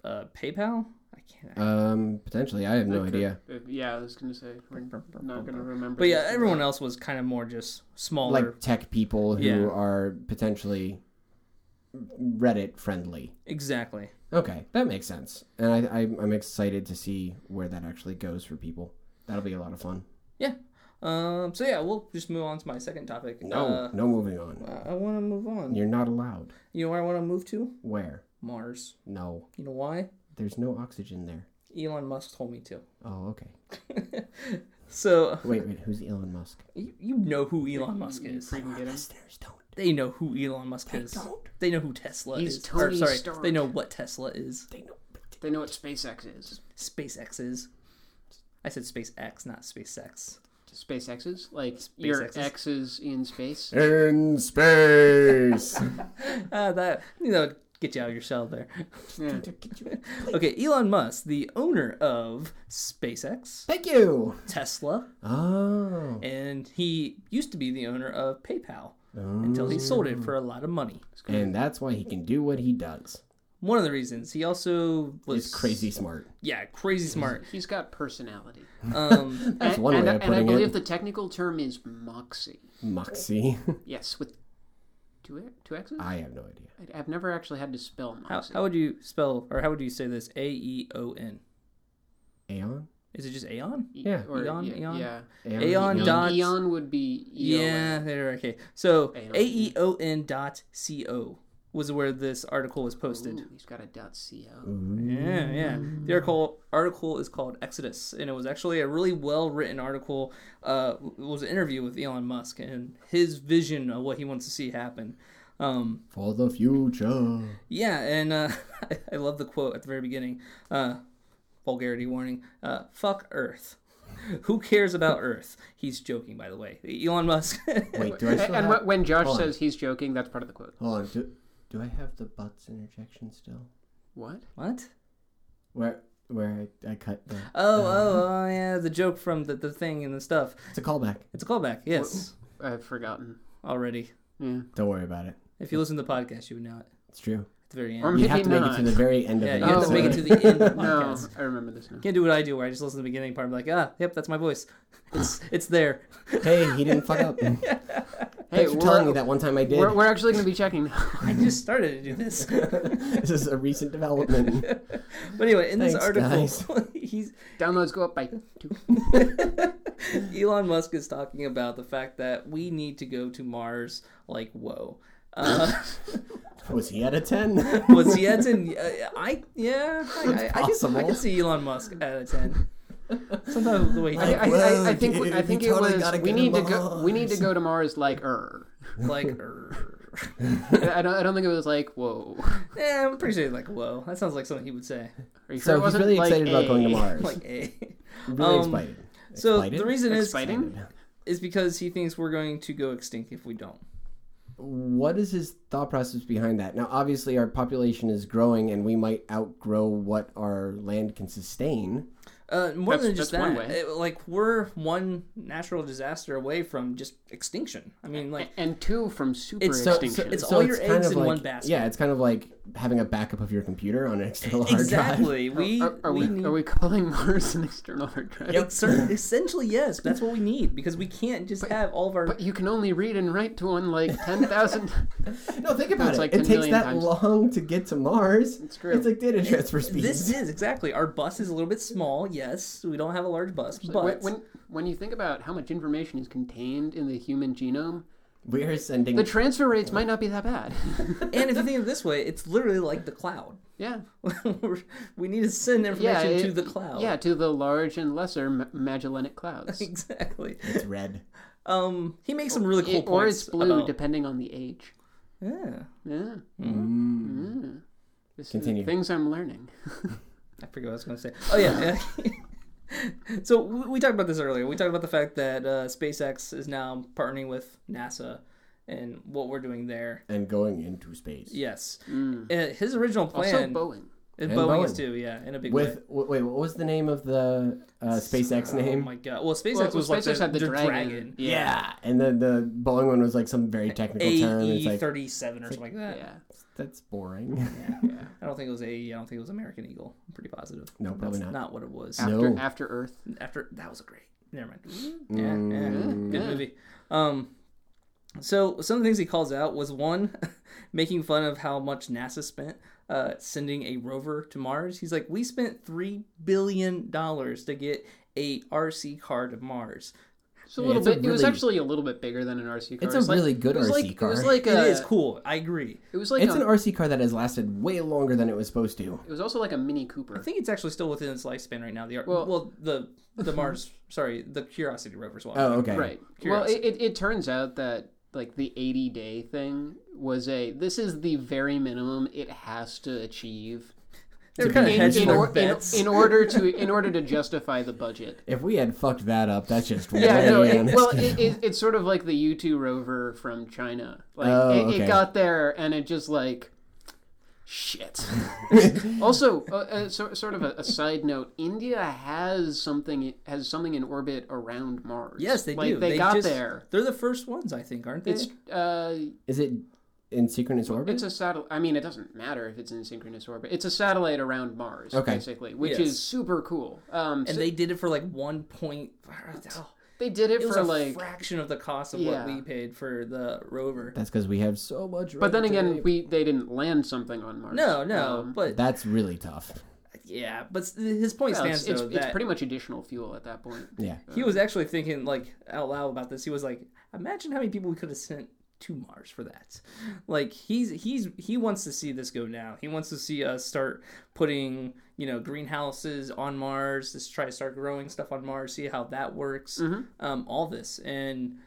[SPEAKER 3] uh, PayPal? I can't.
[SPEAKER 1] Um, potentially, I have no
[SPEAKER 2] I could-
[SPEAKER 1] idea.
[SPEAKER 2] uh, yeah, I was going to say, we're not going to remember.
[SPEAKER 3] But yeah,
[SPEAKER 2] this.
[SPEAKER 3] everyone else was kind of more just smaller.
[SPEAKER 1] Like tech people who
[SPEAKER 3] Yeah.
[SPEAKER 1] are potentially Reddit friendly.
[SPEAKER 3] exactly.
[SPEAKER 1] Okay, that makes sense, and I, I, I'm excited to see where that actually goes for people. That'll be a lot of fun.
[SPEAKER 3] Yeah. Um, so yeah, we'll just move on to my second topic.
[SPEAKER 1] No,
[SPEAKER 3] Uh,
[SPEAKER 1] no moving on.
[SPEAKER 3] I- I want to move on.
[SPEAKER 1] You're not allowed.
[SPEAKER 3] You know where I want to move to?
[SPEAKER 1] Where?
[SPEAKER 3] Mars.
[SPEAKER 1] No,
[SPEAKER 3] You know why?
[SPEAKER 1] there's no oxygen there.
[SPEAKER 3] Elon Musk told me to.
[SPEAKER 1] Oh, okay.
[SPEAKER 3] So
[SPEAKER 1] Wait, wait. Who's Elon Musk?
[SPEAKER 3] you, you know who Elon Musk is.
[SPEAKER 2] Freaking get him.
[SPEAKER 1] Listeners don't.
[SPEAKER 3] They know who Elon Musk is.
[SPEAKER 1] don't.
[SPEAKER 3] They know who Tesla
[SPEAKER 2] He's
[SPEAKER 3] is.
[SPEAKER 2] Tony
[SPEAKER 3] or, sorry,
[SPEAKER 2] Stark.
[SPEAKER 3] they know what Tesla is.
[SPEAKER 1] They know.
[SPEAKER 2] They know what SpaceX is.
[SPEAKER 3] SpaceX is. I said SpaceX, not SpaceX.
[SPEAKER 2] SpaceX is? Like, your
[SPEAKER 3] SpaceXs?
[SPEAKER 2] ex is in space?
[SPEAKER 1] In space.
[SPEAKER 3] Ah, that you know, get you out of your shell there.
[SPEAKER 2] Yeah.
[SPEAKER 3] Okay, Elon Musk, the owner of SpaceX,
[SPEAKER 1] Thank you.
[SPEAKER 3] Tesla,
[SPEAKER 1] Oh.
[SPEAKER 3] and he used to be the owner of PayPal until he sold it for a lot of money.
[SPEAKER 1] Mm. And that's why he can do what he does.
[SPEAKER 3] One of the reasons he also was
[SPEAKER 1] He's crazy smart.
[SPEAKER 3] Yeah, crazy smart.
[SPEAKER 2] He's got personality.
[SPEAKER 3] Um,
[SPEAKER 1] That's
[SPEAKER 2] and,
[SPEAKER 1] one
[SPEAKER 2] and,
[SPEAKER 1] way
[SPEAKER 2] I-
[SPEAKER 1] of
[SPEAKER 2] And I
[SPEAKER 1] putting it.
[SPEAKER 2] believe the technical term is moxie.
[SPEAKER 1] Moxie.
[SPEAKER 2] Yes, with two, e, two X's?
[SPEAKER 1] I have no idea.
[SPEAKER 2] I- I've never actually had to spell
[SPEAKER 3] how,
[SPEAKER 2] moxie.
[SPEAKER 3] how would you spell or how would you say this? A E O N.
[SPEAKER 1] Aeon?
[SPEAKER 3] Is it just Aeon?
[SPEAKER 2] E-
[SPEAKER 1] Yeah.
[SPEAKER 2] Or,
[SPEAKER 3] Eon,
[SPEAKER 2] yeah,
[SPEAKER 3] eon.
[SPEAKER 2] yeah.
[SPEAKER 3] Aeon
[SPEAKER 1] Eon.
[SPEAKER 3] dot-
[SPEAKER 2] Eon would be E O N.
[SPEAKER 3] Yeah, there. Okay, so
[SPEAKER 2] Aeon.
[SPEAKER 3] A E O N dot C O was where this article was posted.
[SPEAKER 2] Ooh, he's got a dot co.
[SPEAKER 1] Ooh.
[SPEAKER 3] Yeah, yeah. The article article is called Exodus, and it was actually a really well written article. Uh, it was an interview with Elon Musk and his vision of what he wants to see happen. Um,
[SPEAKER 1] For the future.
[SPEAKER 3] Yeah, and uh, I, I love the quote at the very beginning. Uh, vulgarity warning. Uh, fuck Earth. Who cares about Earth? He's joking, by the way. Elon Musk.
[SPEAKER 1] Wait, do I still
[SPEAKER 2] And
[SPEAKER 1] have...
[SPEAKER 2] wh- when Josh
[SPEAKER 1] Hold on.
[SPEAKER 2] says he's joking, that's part of the quote.
[SPEAKER 1] Hold on. Do, do I have the butts interjection still?
[SPEAKER 2] What?
[SPEAKER 3] what?
[SPEAKER 1] Where where I, I cut the...
[SPEAKER 3] Oh, oh, oh, yeah, the joke from the, the thing and the stuff.
[SPEAKER 1] It's a callback.
[SPEAKER 3] It's a callback, yes,
[SPEAKER 2] I've forgotten.
[SPEAKER 3] already.
[SPEAKER 2] Yeah.
[SPEAKER 1] Don't worry about it.
[SPEAKER 3] If you listen to the podcast, you would know it.
[SPEAKER 1] It's true.
[SPEAKER 3] At the the very
[SPEAKER 2] Or
[SPEAKER 3] end.
[SPEAKER 2] maybe
[SPEAKER 1] you have to make it to
[SPEAKER 2] not.
[SPEAKER 1] the very end of
[SPEAKER 3] Yeah,
[SPEAKER 1] it.
[SPEAKER 3] you
[SPEAKER 1] the
[SPEAKER 3] have to make it to
[SPEAKER 1] episode.
[SPEAKER 3] the end. of the
[SPEAKER 2] No,
[SPEAKER 3] podcast.
[SPEAKER 2] I remember this now.
[SPEAKER 3] Can't do what I do where I just listen to the beginning part. I'm like, ah, yep, that's my voice. It's it's there.
[SPEAKER 1] hey, he didn't fuck up. Thanks
[SPEAKER 2] Hey,
[SPEAKER 1] for
[SPEAKER 2] we're,
[SPEAKER 1] telling me that one time I did.
[SPEAKER 2] we're, we're actually going to be checking.
[SPEAKER 3] I just started to do this.
[SPEAKER 1] this is a recent development.
[SPEAKER 3] But anyway, in this
[SPEAKER 1] Thanks,
[SPEAKER 3] article, he's
[SPEAKER 2] Downloads go up by two.
[SPEAKER 3] Elon Musk is talking about the fact that we need to go to Mars. Like, whoa. Uh,
[SPEAKER 1] Was he at a ten?
[SPEAKER 3] was he at ten? Uh, I yeah. I, I, I, can, I
[SPEAKER 1] possible.
[SPEAKER 3] can see Elon Musk at a ten. Sometimes the way he
[SPEAKER 2] I, I, I, I think
[SPEAKER 1] Whoa, dude,
[SPEAKER 2] I think
[SPEAKER 1] we
[SPEAKER 2] it
[SPEAKER 1] totally
[SPEAKER 2] was.
[SPEAKER 1] gotta
[SPEAKER 2] We
[SPEAKER 1] go to
[SPEAKER 2] need to go. We need to
[SPEAKER 1] Mars.
[SPEAKER 2] go to Mars like er.
[SPEAKER 3] like, er, "Err."
[SPEAKER 2] I don't. I don't think it was like whoa.
[SPEAKER 3] yeah, I'm pretty sure he's like, whoa. That sounds like something he would say.
[SPEAKER 2] Are you sure
[SPEAKER 1] so
[SPEAKER 2] it
[SPEAKER 1] he's
[SPEAKER 2] wasn't
[SPEAKER 1] really
[SPEAKER 2] like
[SPEAKER 1] excited about going to
[SPEAKER 2] a-
[SPEAKER 1] Mars.
[SPEAKER 3] Like, eh.
[SPEAKER 1] really
[SPEAKER 3] um,
[SPEAKER 1] excited.
[SPEAKER 3] So
[SPEAKER 1] Excited?
[SPEAKER 3] the reason is
[SPEAKER 2] Excited? Exciting?
[SPEAKER 3] is because he thinks we're going to go extinct if we don't.
[SPEAKER 1] What is his thought process behind that? Now, obviously, our population is growing, and we might outgrow what our land can sustain.
[SPEAKER 3] Uh, more
[SPEAKER 2] That's-
[SPEAKER 3] than just
[SPEAKER 2] that's
[SPEAKER 3] that,
[SPEAKER 2] one way.
[SPEAKER 3] it- like we're one natural disaster away from just extinction. I mean, like
[SPEAKER 2] And two from super
[SPEAKER 3] It's
[SPEAKER 1] So, so-
[SPEAKER 2] extinction.
[SPEAKER 3] It's
[SPEAKER 1] so
[SPEAKER 3] all your
[SPEAKER 1] kind
[SPEAKER 3] eggs
[SPEAKER 1] of
[SPEAKER 3] in
[SPEAKER 1] like-
[SPEAKER 3] one basket.
[SPEAKER 1] Yeah, it's kind of like having a backup of your computer on an external hard drive.
[SPEAKER 3] exactly, we
[SPEAKER 2] are, are
[SPEAKER 3] we,
[SPEAKER 2] we,
[SPEAKER 3] need.
[SPEAKER 2] are we calling Mars an external hard drive?
[SPEAKER 3] Like, cer- essentially, yes. That's what we need because we can't just have all of our.
[SPEAKER 2] But you can only read and write to one like ten thousand.
[SPEAKER 1] No, think about
[SPEAKER 2] It's
[SPEAKER 1] it.
[SPEAKER 2] like
[SPEAKER 1] it
[SPEAKER 2] 10
[SPEAKER 1] takes
[SPEAKER 2] million
[SPEAKER 1] that
[SPEAKER 2] times.
[SPEAKER 1] long to get to Mars. It's,
[SPEAKER 2] true.
[SPEAKER 1] like data transfer speeds.
[SPEAKER 3] this is exactly our bus is a little bit small. Yes, we don't have a large bus, but
[SPEAKER 2] when, when when you think about how much information is contained in the human genome,
[SPEAKER 1] we are sending.
[SPEAKER 2] the transfer rates might not be that bad.
[SPEAKER 3] and if you think of it this way, it's literally like the cloud.
[SPEAKER 2] yeah,
[SPEAKER 3] We're- we need to send
[SPEAKER 2] yeah,
[SPEAKER 3] information to
[SPEAKER 2] it-
[SPEAKER 3] the cloud.
[SPEAKER 2] Yeah, to the large and lesser Ma- Magellanic clouds.
[SPEAKER 3] exactly.
[SPEAKER 1] it's red.
[SPEAKER 3] Um, he makes some really cool
[SPEAKER 2] It-
[SPEAKER 3] points.
[SPEAKER 2] or it's blue,
[SPEAKER 3] about-
[SPEAKER 2] depending on the age.
[SPEAKER 3] yeah,
[SPEAKER 2] Yeah.
[SPEAKER 1] Mm.
[SPEAKER 2] yeah. This is
[SPEAKER 1] Continue.
[SPEAKER 2] things I'm learning.
[SPEAKER 3] I forget what I was going to say. Oh yeah. yeah. so we we talked about this earlier. We talked about the fact that uh, SpaceX is now partnering with NASA and what we're doing there.
[SPEAKER 1] And going into space.
[SPEAKER 3] Yes. Uh, his original
[SPEAKER 2] Mm. Also,
[SPEAKER 3] plan.
[SPEAKER 2] Boeing.
[SPEAKER 3] and
[SPEAKER 1] And
[SPEAKER 3] Boeing, is
[SPEAKER 1] Boeing.
[SPEAKER 3] too. Yeah, in a big way.
[SPEAKER 1] With w- wait, what was the name of the uh, SpaceX
[SPEAKER 3] Oh
[SPEAKER 1] name?
[SPEAKER 3] my god. Well, SpaceX
[SPEAKER 2] Well,
[SPEAKER 3] was
[SPEAKER 2] SpaceX
[SPEAKER 3] like the,
[SPEAKER 2] had the, dragon.
[SPEAKER 1] yeah. and then the Boeing one was like some very technical
[SPEAKER 2] E
[SPEAKER 1] term. and It's
[SPEAKER 3] AE
[SPEAKER 1] like
[SPEAKER 3] thirty seven E or something like that.
[SPEAKER 2] Yeah.
[SPEAKER 1] that's boring.
[SPEAKER 3] I don't think it was AE. I don't think it was American Eagle. I'm pretty positive.
[SPEAKER 1] No,
[SPEAKER 3] That's
[SPEAKER 1] probably not.
[SPEAKER 3] Not what it was.
[SPEAKER 2] After,
[SPEAKER 1] No.
[SPEAKER 2] after Earth.
[SPEAKER 3] after that was a great. Never mind.
[SPEAKER 1] Mm.
[SPEAKER 3] Yeah, yeah, good
[SPEAKER 2] Yeah.
[SPEAKER 3] movie. Um, so some of the things he calls out was one, making fun of how much NASA spent uh, sending a rover to Mars. He's like, we spent three billion dollars to get a RC car to Mars.
[SPEAKER 2] It's a little
[SPEAKER 1] it's a
[SPEAKER 2] bit. It was
[SPEAKER 1] really-
[SPEAKER 2] actually a little bit bigger than an RC car.
[SPEAKER 1] It's a
[SPEAKER 2] like-
[SPEAKER 1] really good
[SPEAKER 2] it was
[SPEAKER 1] RC
[SPEAKER 2] like, It was
[SPEAKER 1] car.
[SPEAKER 2] like
[SPEAKER 3] it
[SPEAKER 2] a.
[SPEAKER 3] is cool. I agree.
[SPEAKER 2] It was like
[SPEAKER 1] it's
[SPEAKER 2] a,
[SPEAKER 1] an RC car that has lasted way longer than it was supposed to.
[SPEAKER 2] It was also like a Mini Cooper.
[SPEAKER 3] I think it's actually still within its lifespan right now. The R- well,
[SPEAKER 2] Well-
[SPEAKER 3] the the Mars, sorry, the Curiosity rover's one.
[SPEAKER 1] Oh, okay.
[SPEAKER 2] right.
[SPEAKER 3] Curiosity.
[SPEAKER 2] Well, it, it, it turns out that like the 80 day thing was a. This is the very minimum it has to achieve.
[SPEAKER 3] They're
[SPEAKER 1] To
[SPEAKER 3] kind
[SPEAKER 1] be
[SPEAKER 3] of
[SPEAKER 1] in-
[SPEAKER 3] hedging
[SPEAKER 2] in,
[SPEAKER 3] their
[SPEAKER 2] or- in,
[SPEAKER 3] bets.
[SPEAKER 2] in order to in order to justify the budget.
[SPEAKER 1] If we had fucked that up, that's just way
[SPEAKER 2] Yeah, no, it,
[SPEAKER 1] on
[SPEAKER 2] well,
[SPEAKER 1] us.
[SPEAKER 2] it, it, it's sort of like the U2 rover from China. Like
[SPEAKER 1] Oh,
[SPEAKER 2] it,
[SPEAKER 1] okay.
[SPEAKER 2] it got there and it just like shit. also, uh, uh, so, sort of a, a side note: India has something has something in orbit around Mars.
[SPEAKER 3] yes, they
[SPEAKER 2] like,
[SPEAKER 3] do.
[SPEAKER 2] They, got
[SPEAKER 3] just-
[SPEAKER 2] there.
[SPEAKER 3] They're the first ones, I think, aren't they?
[SPEAKER 2] It's uh,
[SPEAKER 1] is it in synchronous orbit?
[SPEAKER 2] it's a satellite. I mean, it doesn't matter if it's in synchronous orbit. It's a satellite around Mars,
[SPEAKER 1] Okay.
[SPEAKER 2] basically, which
[SPEAKER 3] Yes.
[SPEAKER 2] is super cool. Um,
[SPEAKER 3] and
[SPEAKER 2] so
[SPEAKER 3] they did it for like one point.
[SPEAKER 2] they did it,
[SPEAKER 3] It was
[SPEAKER 2] for
[SPEAKER 3] a
[SPEAKER 2] like.
[SPEAKER 3] fraction of the cost of
[SPEAKER 2] Yeah.
[SPEAKER 3] what we paid for the rover.
[SPEAKER 1] that's because we have so much.
[SPEAKER 2] but then
[SPEAKER 1] red
[SPEAKER 2] again,
[SPEAKER 1] tape.
[SPEAKER 2] we they didn't land something on Mars.
[SPEAKER 3] No, no,
[SPEAKER 2] Um,
[SPEAKER 3] but
[SPEAKER 1] that's really tough.
[SPEAKER 3] yeah, but s- his point
[SPEAKER 2] Well,
[SPEAKER 3] stands
[SPEAKER 2] it's, it's,
[SPEAKER 3] though
[SPEAKER 2] it's
[SPEAKER 3] that
[SPEAKER 2] pretty much additional fuel at that point.
[SPEAKER 1] Yeah,
[SPEAKER 3] he was actually thinking like out loud about this. He was like, imagine how many people we could have sent to Mars for that. Like he's he's he wants to see this go now. He wants to see us start putting you know greenhouses on Mars. Just try to start growing stuff on Mars. See how that works. Um, all this and.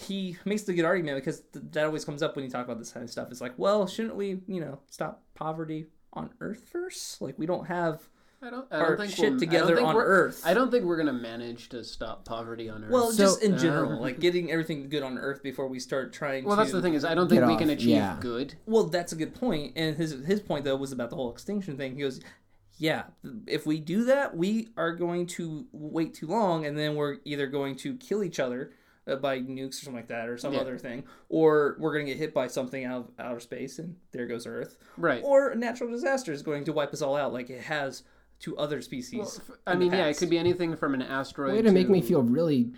[SPEAKER 3] he makes the good argument because th- that always comes up when you talk about this kind of stuff. It's like, well, shouldn't we, you know, stop poverty on Earth first? Like, we don't have.
[SPEAKER 2] I don't, I
[SPEAKER 3] Our
[SPEAKER 2] don't think
[SPEAKER 3] shit
[SPEAKER 2] we'll- I
[SPEAKER 3] together
[SPEAKER 2] don't think
[SPEAKER 3] on
[SPEAKER 2] we're-
[SPEAKER 3] Earth.
[SPEAKER 2] I don't think we're gonna manage to stop poverty on Earth. uh,
[SPEAKER 3] Well,
[SPEAKER 1] So-
[SPEAKER 3] just in general, Oh, like getting everything good on Earth before we start trying.
[SPEAKER 2] well,
[SPEAKER 3] to...
[SPEAKER 2] that's the thing is, I don't think
[SPEAKER 1] Get
[SPEAKER 2] we can
[SPEAKER 1] off,
[SPEAKER 2] achieve
[SPEAKER 1] yeah.
[SPEAKER 2] good.
[SPEAKER 3] Well, that's a good point. And his his point though was about the whole extinction thing. He goes, "Yeah, if we do that, we are going to wait too long, and then we're either going to kill each other uh, by nukes or something like that, or some
[SPEAKER 2] Yeah.
[SPEAKER 3] other thing, or we're gonna get hit by something out of outer space and there goes Earth,
[SPEAKER 2] Right.
[SPEAKER 3] or a natural disaster is going to wipe us all out like it has to other species.
[SPEAKER 2] Well, f- I
[SPEAKER 3] in the
[SPEAKER 2] mean, yeah, it
[SPEAKER 3] past.
[SPEAKER 2] could be anything from an asteroid.
[SPEAKER 1] Way to make me feel really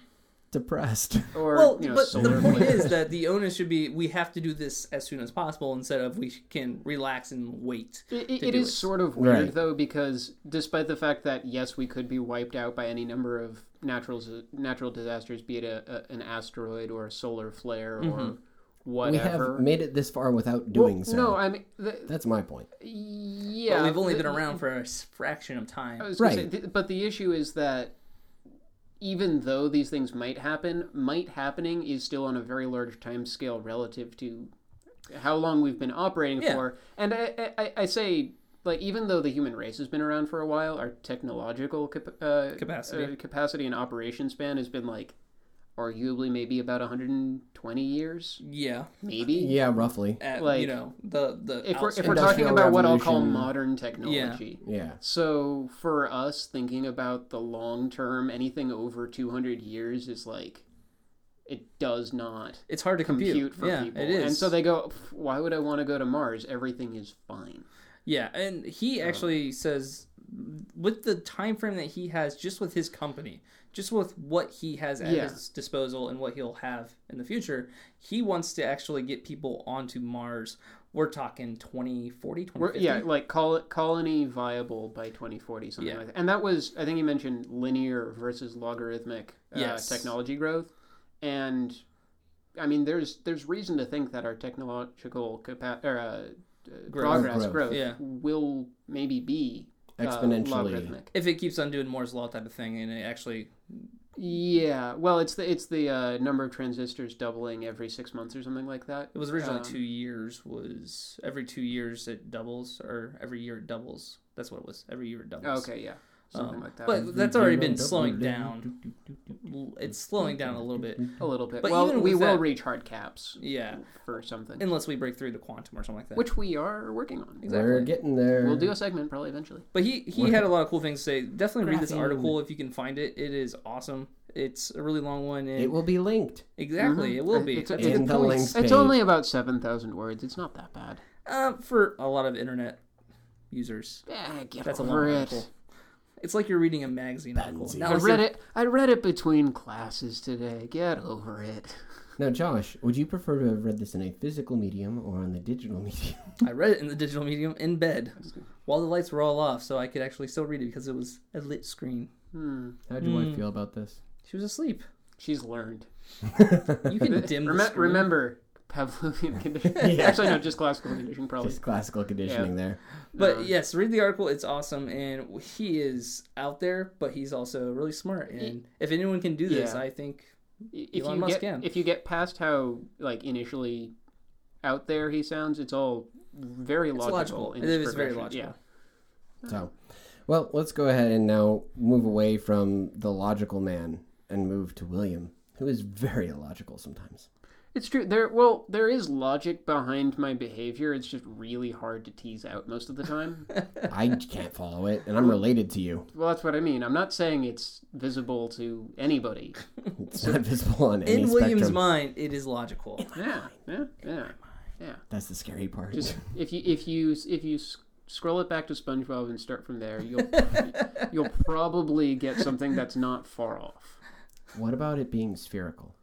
[SPEAKER 1] depressed.
[SPEAKER 2] Or
[SPEAKER 3] Well,
[SPEAKER 2] you know,
[SPEAKER 3] but
[SPEAKER 2] solar
[SPEAKER 3] the point
[SPEAKER 2] flares.
[SPEAKER 3] is that the onus should be we have to do this as soon as possible instead of we can relax and wait.
[SPEAKER 2] It,
[SPEAKER 3] to
[SPEAKER 2] it- it
[SPEAKER 3] do
[SPEAKER 2] is
[SPEAKER 3] it.
[SPEAKER 2] sort of weird
[SPEAKER 1] Right.
[SPEAKER 2] though because despite the fact that yes we could be wiped out by any number of natural natural disasters be it a, a, an asteroid or a solar flare or
[SPEAKER 1] we have
[SPEAKER 2] whatever
[SPEAKER 1] made it this far without doing
[SPEAKER 2] Well,
[SPEAKER 1] so.
[SPEAKER 2] Mm-hmm. no I mean the,
[SPEAKER 1] That's my point.
[SPEAKER 2] yeah
[SPEAKER 3] But we've only
[SPEAKER 2] the- Oh.
[SPEAKER 3] been around for a s- fraction of
[SPEAKER 2] I
[SPEAKER 3] time.
[SPEAKER 2] was gonna say,
[SPEAKER 1] Right.
[SPEAKER 2] th- but the issue is that even though these things might happen might happening is still on a very large time scale relative to how long we've been operating
[SPEAKER 3] Yeah.
[SPEAKER 2] for and I, I, I say like even though the human race has been around for a while our technological cap- uh,
[SPEAKER 3] Capacity.
[SPEAKER 2] uh, capacity and operation span has been like arguably maybe about 120 years
[SPEAKER 3] Yeah,
[SPEAKER 2] maybe
[SPEAKER 1] Yeah, roughly.
[SPEAKER 3] at,
[SPEAKER 2] Like,
[SPEAKER 3] you know the the
[SPEAKER 2] if we're, if we're
[SPEAKER 1] Industrial
[SPEAKER 2] talking about what i'll call
[SPEAKER 1] revolution.
[SPEAKER 2] modern technology
[SPEAKER 1] Yeah.
[SPEAKER 2] so for us, thinking about the long term, anything over 200 years is like, it does not
[SPEAKER 3] it's hard to compute.
[SPEAKER 2] compute, for
[SPEAKER 3] yeah,
[SPEAKER 2] people.
[SPEAKER 3] it is.
[SPEAKER 2] And so they go, "Pff, why would I want to go to Mars? Everything is fine.
[SPEAKER 3] Yeah, and
[SPEAKER 2] Oh.
[SPEAKER 3] he actually says with the time frame that he has just with his company, just with what he has at
[SPEAKER 2] Yeah.
[SPEAKER 3] his disposal and what he'll have in the future, he wants to actually get people onto Mars. We're talking 2040,
[SPEAKER 2] We're,
[SPEAKER 3] 2050.
[SPEAKER 2] yeah, like col- colony viable by 2040, something
[SPEAKER 3] Yeah.
[SPEAKER 2] like that. And that was, I think you mentioned linear versus logarithmic uh,
[SPEAKER 3] Yes.
[SPEAKER 2] technology growth. And I mean, there's there's reason to think that our technological capa- or, uh, uh,
[SPEAKER 3] Growth.
[SPEAKER 2] progress
[SPEAKER 1] Growth.
[SPEAKER 2] growth,
[SPEAKER 3] Yeah.
[SPEAKER 2] will maybe be uh,
[SPEAKER 1] Exponentially.
[SPEAKER 2] logarithmic.
[SPEAKER 3] If it keeps on doing Moore's law type of thing, and it actually
[SPEAKER 2] Yeah, well, it's the it's the uh, number of transistors doubling every six months or something like that.
[SPEAKER 3] It was originally
[SPEAKER 2] Um,
[SPEAKER 3] two years. Was every two years it doubles, or every year it doubles? That's what it was. Every year it doubles.
[SPEAKER 2] Oh, Okay, yeah,
[SPEAKER 3] Um,
[SPEAKER 2] something like that.
[SPEAKER 3] But that's already been slowing down. L- It's slowing down a little bit.
[SPEAKER 2] a little bit.
[SPEAKER 3] but
[SPEAKER 2] well,
[SPEAKER 3] even
[SPEAKER 2] we
[SPEAKER 3] with
[SPEAKER 2] will
[SPEAKER 3] that-
[SPEAKER 2] reach hard caps
[SPEAKER 3] Yeah,
[SPEAKER 2] for something,
[SPEAKER 3] unless we break through the quantum or something like that.
[SPEAKER 2] which we are working on.
[SPEAKER 1] We're
[SPEAKER 3] Exactly.
[SPEAKER 1] getting there.
[SPEAKER 2] We'll do a segment probably eventually.
[SPEAKER 3] But he he
[SPEAKER 1] Worth
[SPEAKER 3] had a lot of cool things to say. Definitely read this
[SPEAKER 1] Graphene.
[SPEAKER 3] article if you can find it. It is awesome. It's a really long one. And
[SPEAKER 1] It will be linked.
[SPEAKER 3] exactly,
[SPEAKER 2] Mhm.
[SPEAKER 3] it will be.
[SPEAKER 2] It's a-
[SPEAKER 3] That's a
[SPEAKER 1] in
[SPEAKER 3] good
[SPEAKER 1] the
[SPEAKER 3] point.
[SPEAKER 1] links page.
[SPEAKER 2] It's only about seven thousand words. It's not that bad.
[SPEAKER 3] Uh, for a lot of internet users.
[SPEAKER 2] Yeah, Eh, get
[SPEAKER 3] That's a long
[SPEAKER 2] over it.
[SPEAKER 3] article. It's like you're reading a magazine article.
[SPEAKER 1] Fancy.
[SPEAKER 3] Now
[SPEAKER 2] I
[SPEAKER 3] it's
[SPEAKER 2] read
[SPEAKER 3] your-
[SPEAKER 2] it. I read it between classes today. Get over it.
[SPEAKER 1] Now, Josh, would you prefer to have read this in a physical medium or on the digital medium?
[SPEAKER 3] I read it in the digital medium in bed while the lights were all off, so I could actually still read it because it was a lit screen.
[SPEAKER 2] Hmm.
[SPEAKER 1] How do I
[SPEAKER 3] Hmm.
[SPEAKER 1] feel about this?
[SPEAKER 3] She was asleep.
[SPEAKER 2] She's learned.
[SPEAKER 3] You can dim the
[SPEAKER 2] Remem-
[SPEAKER 3] screen.
[SPEAKER 2] remember Pavlovian conditioning.
[SPEAKER 1] Yeah.
[SPEAKER 2] Actually, no, just classical conditioning probably.
[SPEAKER 1] Just classical conditioning there.
[SPEAKER 3] But
[SPEAKER 2] Um,
[SPEAKER 3] yes, read the article. It's awesome, and he is out there, but he's also really smart. And if anyone can do this,
[SPEAKER 2] Yeah.
[SPEAKER 3] I think
[SPEAKER 2] if
[SPEAKER 3] Elon
[SPEAKER 2] you get
[SPEAKER 3] Musk can.
[SPEAKER 2] if you get past how like initially out there he sounds, it's all very
[SPEAKER 3] it's
[SPEAKER 2] logical.
[SPEAKER 3] logical.
[SPEAKER 2] in
[SPEAKER 3] It
[SPEAKER 2] its
[SPEAKER 3] is very
[SPEAKER 2] progression.
[SPEAKER 3] logical.
[SPEAKER 1] So, well, let's go ahead and now move away from the logical man and move to William, who is very illogical sometimes.
[SPEAKER 2] Yeah, it's true. There, well, there is logic behind my behavior. It's just really hard to tease out most of the time.
[SPEAKER 1] I can't follow it, and I'm related to you.
[SPEAKER 2] well, that's what I mean. I'm not saying it's visible to anybody.
[SPEAKER 1] It's not visible on any
[SPEAKER 3] In William's
[SPEAKER 1] spectrum.
[SPEAKER 3] mind, it is logical.
[SPEAKER 2] Yeah, yeah, yeah, yeah.
[SPEAKER 1] That's the scary part.
[SPEAKER 2] Just if you if you if you s- scroll it back to SpongeBob and start from there, you'll you'll probably get something that's not far off.
[SPEAKER 1] What about it being spherical?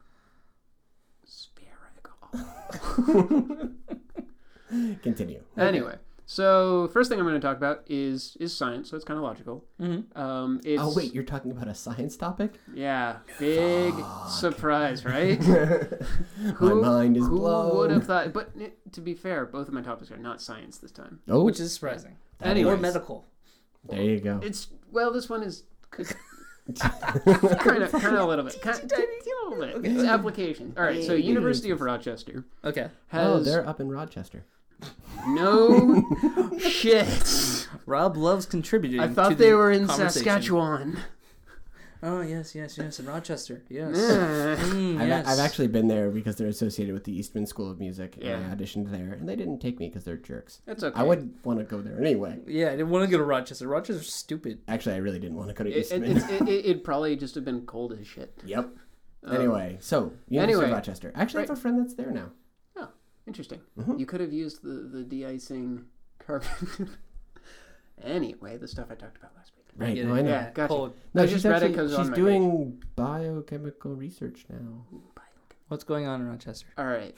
[SPEAKER 2] Spherical.
[SPEAKER 1] Continue.
[SPEAKER 2] Anyway, so first thing I'm going to talk about is is science, so it's kind of logical. Mm-hmm. Um, it's,
[SPEAKER 1] Oh, wait, you're talking about a science topic?
[SPEAKER 2] yeah, big surprise, right?
[SPEAKER 1] My mind is
[SPEAKER 2] who would
[SPEAKER 1] blown.
[SPEAKER 2] have thought? But eh, to be fair, both of my topics are not science this time.
[SPEAKER 1] Oh,
[SPEAKER 3] Which is surprising.
[SPEAKER 2] Anyways.
[SPEAKER 3] Or medical.
[SPEAKER 1] there you go.
[SPEAKER 2] It's well, this one is kind of kind of a little bit, kind of a little bit. It's application. All right, so University of Rochester
[SPEAKER 3] Okay.
[SPEAKER 1] Oh,
[SPEAKER 2] has
[SPEAKER 1] they're up in Rochester.
[SPEAKER 2] no shit.
[SPEAKER 3] Rob loves contributing.
[SPEAKER 2] I
[SPEAKER 3] to
[SPEAKER 2] thought
[SPEAKER 3] the
[SPEAKER 2] they were in
[SPEAKER 3] conversation.
[SPEAKER 2] Saskatchewan.
[SPEAKER 3] Oh yes, yes, yes. In Rochester. Yes.
[SPEAKER 2] Eh.
[SPEAKER 3] Mm,
[SPEAKER 1] I've,
[SPEAKER 3] yes.
[SPEAKER 1] I've actually been there because they're associated with the Eastman School of Music, and
[SPEAKER 2] Yeah.
[SPEAKER 1] I auditioned there, and they didn't take me because they're jerks.
[SPEAKER 2] That's okay.
[SPEAKER 1] I would want to go there anyway.
[SPEAKER 3] Yeah, I didn't want to go to Rochester. Rochester's stupid.
[SPEAKER 1] Actually, I really didn't want to go to
[SPEAKER 2] It, it,
[SPEAKER 1] Eastman.
[SPEAKER 2] it's- it, it, it'd probably just have been cold as shit. Um,
[SPEAKER 1] yep. anyway, so University
[SPEAKER 2] anyway.
[SPEAKER 1] of Rochester. I actually have a friend that's there now.
[SPEAKER 2] Interesting.
[SPEAKER 1] Mhm.
[SPEAKER 2] You could have used the, the de-icing carbon. anyway, the stuff I talked about last week.
[SPEAKER 1] Right.
[SPEAKER 3] Get
[SPEAKER 1] No,
[SPEAKER 3] it.
[SPEAKER 1] I know.
[SPEAKER 2] Yeah, gotcha.
[SPEAKER 3] Cold.
[SPEAKER 1] No,
[SPEAKER 2] I
[SPEAKER 1] she's
[SPEAKER 2] just read it
[SPEAKER 1] actually-
[SPEAKER 2] 'cause it was
[SPEAKER 1] she's
[SPEAKER 2] on my
[SPEAKER 1] doing biochemical research now.
[SPEAKER 3] What's going on in Rochester?
[SPEAKER 2] All right.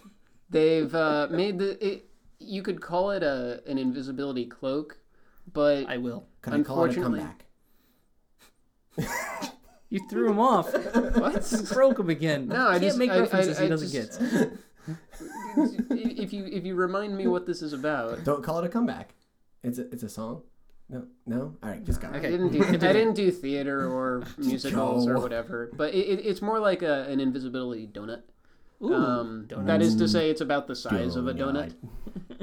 [SPEAKER 2] They've uh, made the. It, you could call it a an invisibility cloak, but
[SPEAKER 3] I will.
[SPEAKER 1] Can I call it a
[SPEAKER 2] Unfortunately-
[SPEAKER 1] comeback?
[SPEAKER 3] You threw him off.
[SPEAKER 2] what?
[SPEAKER 3] Broke him again.
[SPEAKER 2] No, I
[SPEAKER 3] Can't
[SPEAKER 2] just-
[SPEAKER 3] make
[SPEAKER 2] I- I-
[SPEAKER 3] references
[SPEAKER 2] I
[SPEAKER 3] he doesn't
[SPEAKER 2] just-
[SPEAKER 3] get.
[SPEAKER 2] if you if you remind me what this is about,
[SPEAKER 1] Don't call it a comeback. It's a it's a song. No, no. All right, just go.
[SPEAKER 2] I didn't do I didn't do theater or musicals or
[SPEAKER 1] Joe.
[SPEAKER 2] whatever. But it, it, it's more like a, an invisibility donut.
[SPEAKER 3] Ooh,
[SPEAKER 2] um,
[SPEAKER 3] donut.
[SPEAKER 2] That is to
[SPEAKER 1] Mm.
[SPEAKER 2] say, it's about the size of a donut,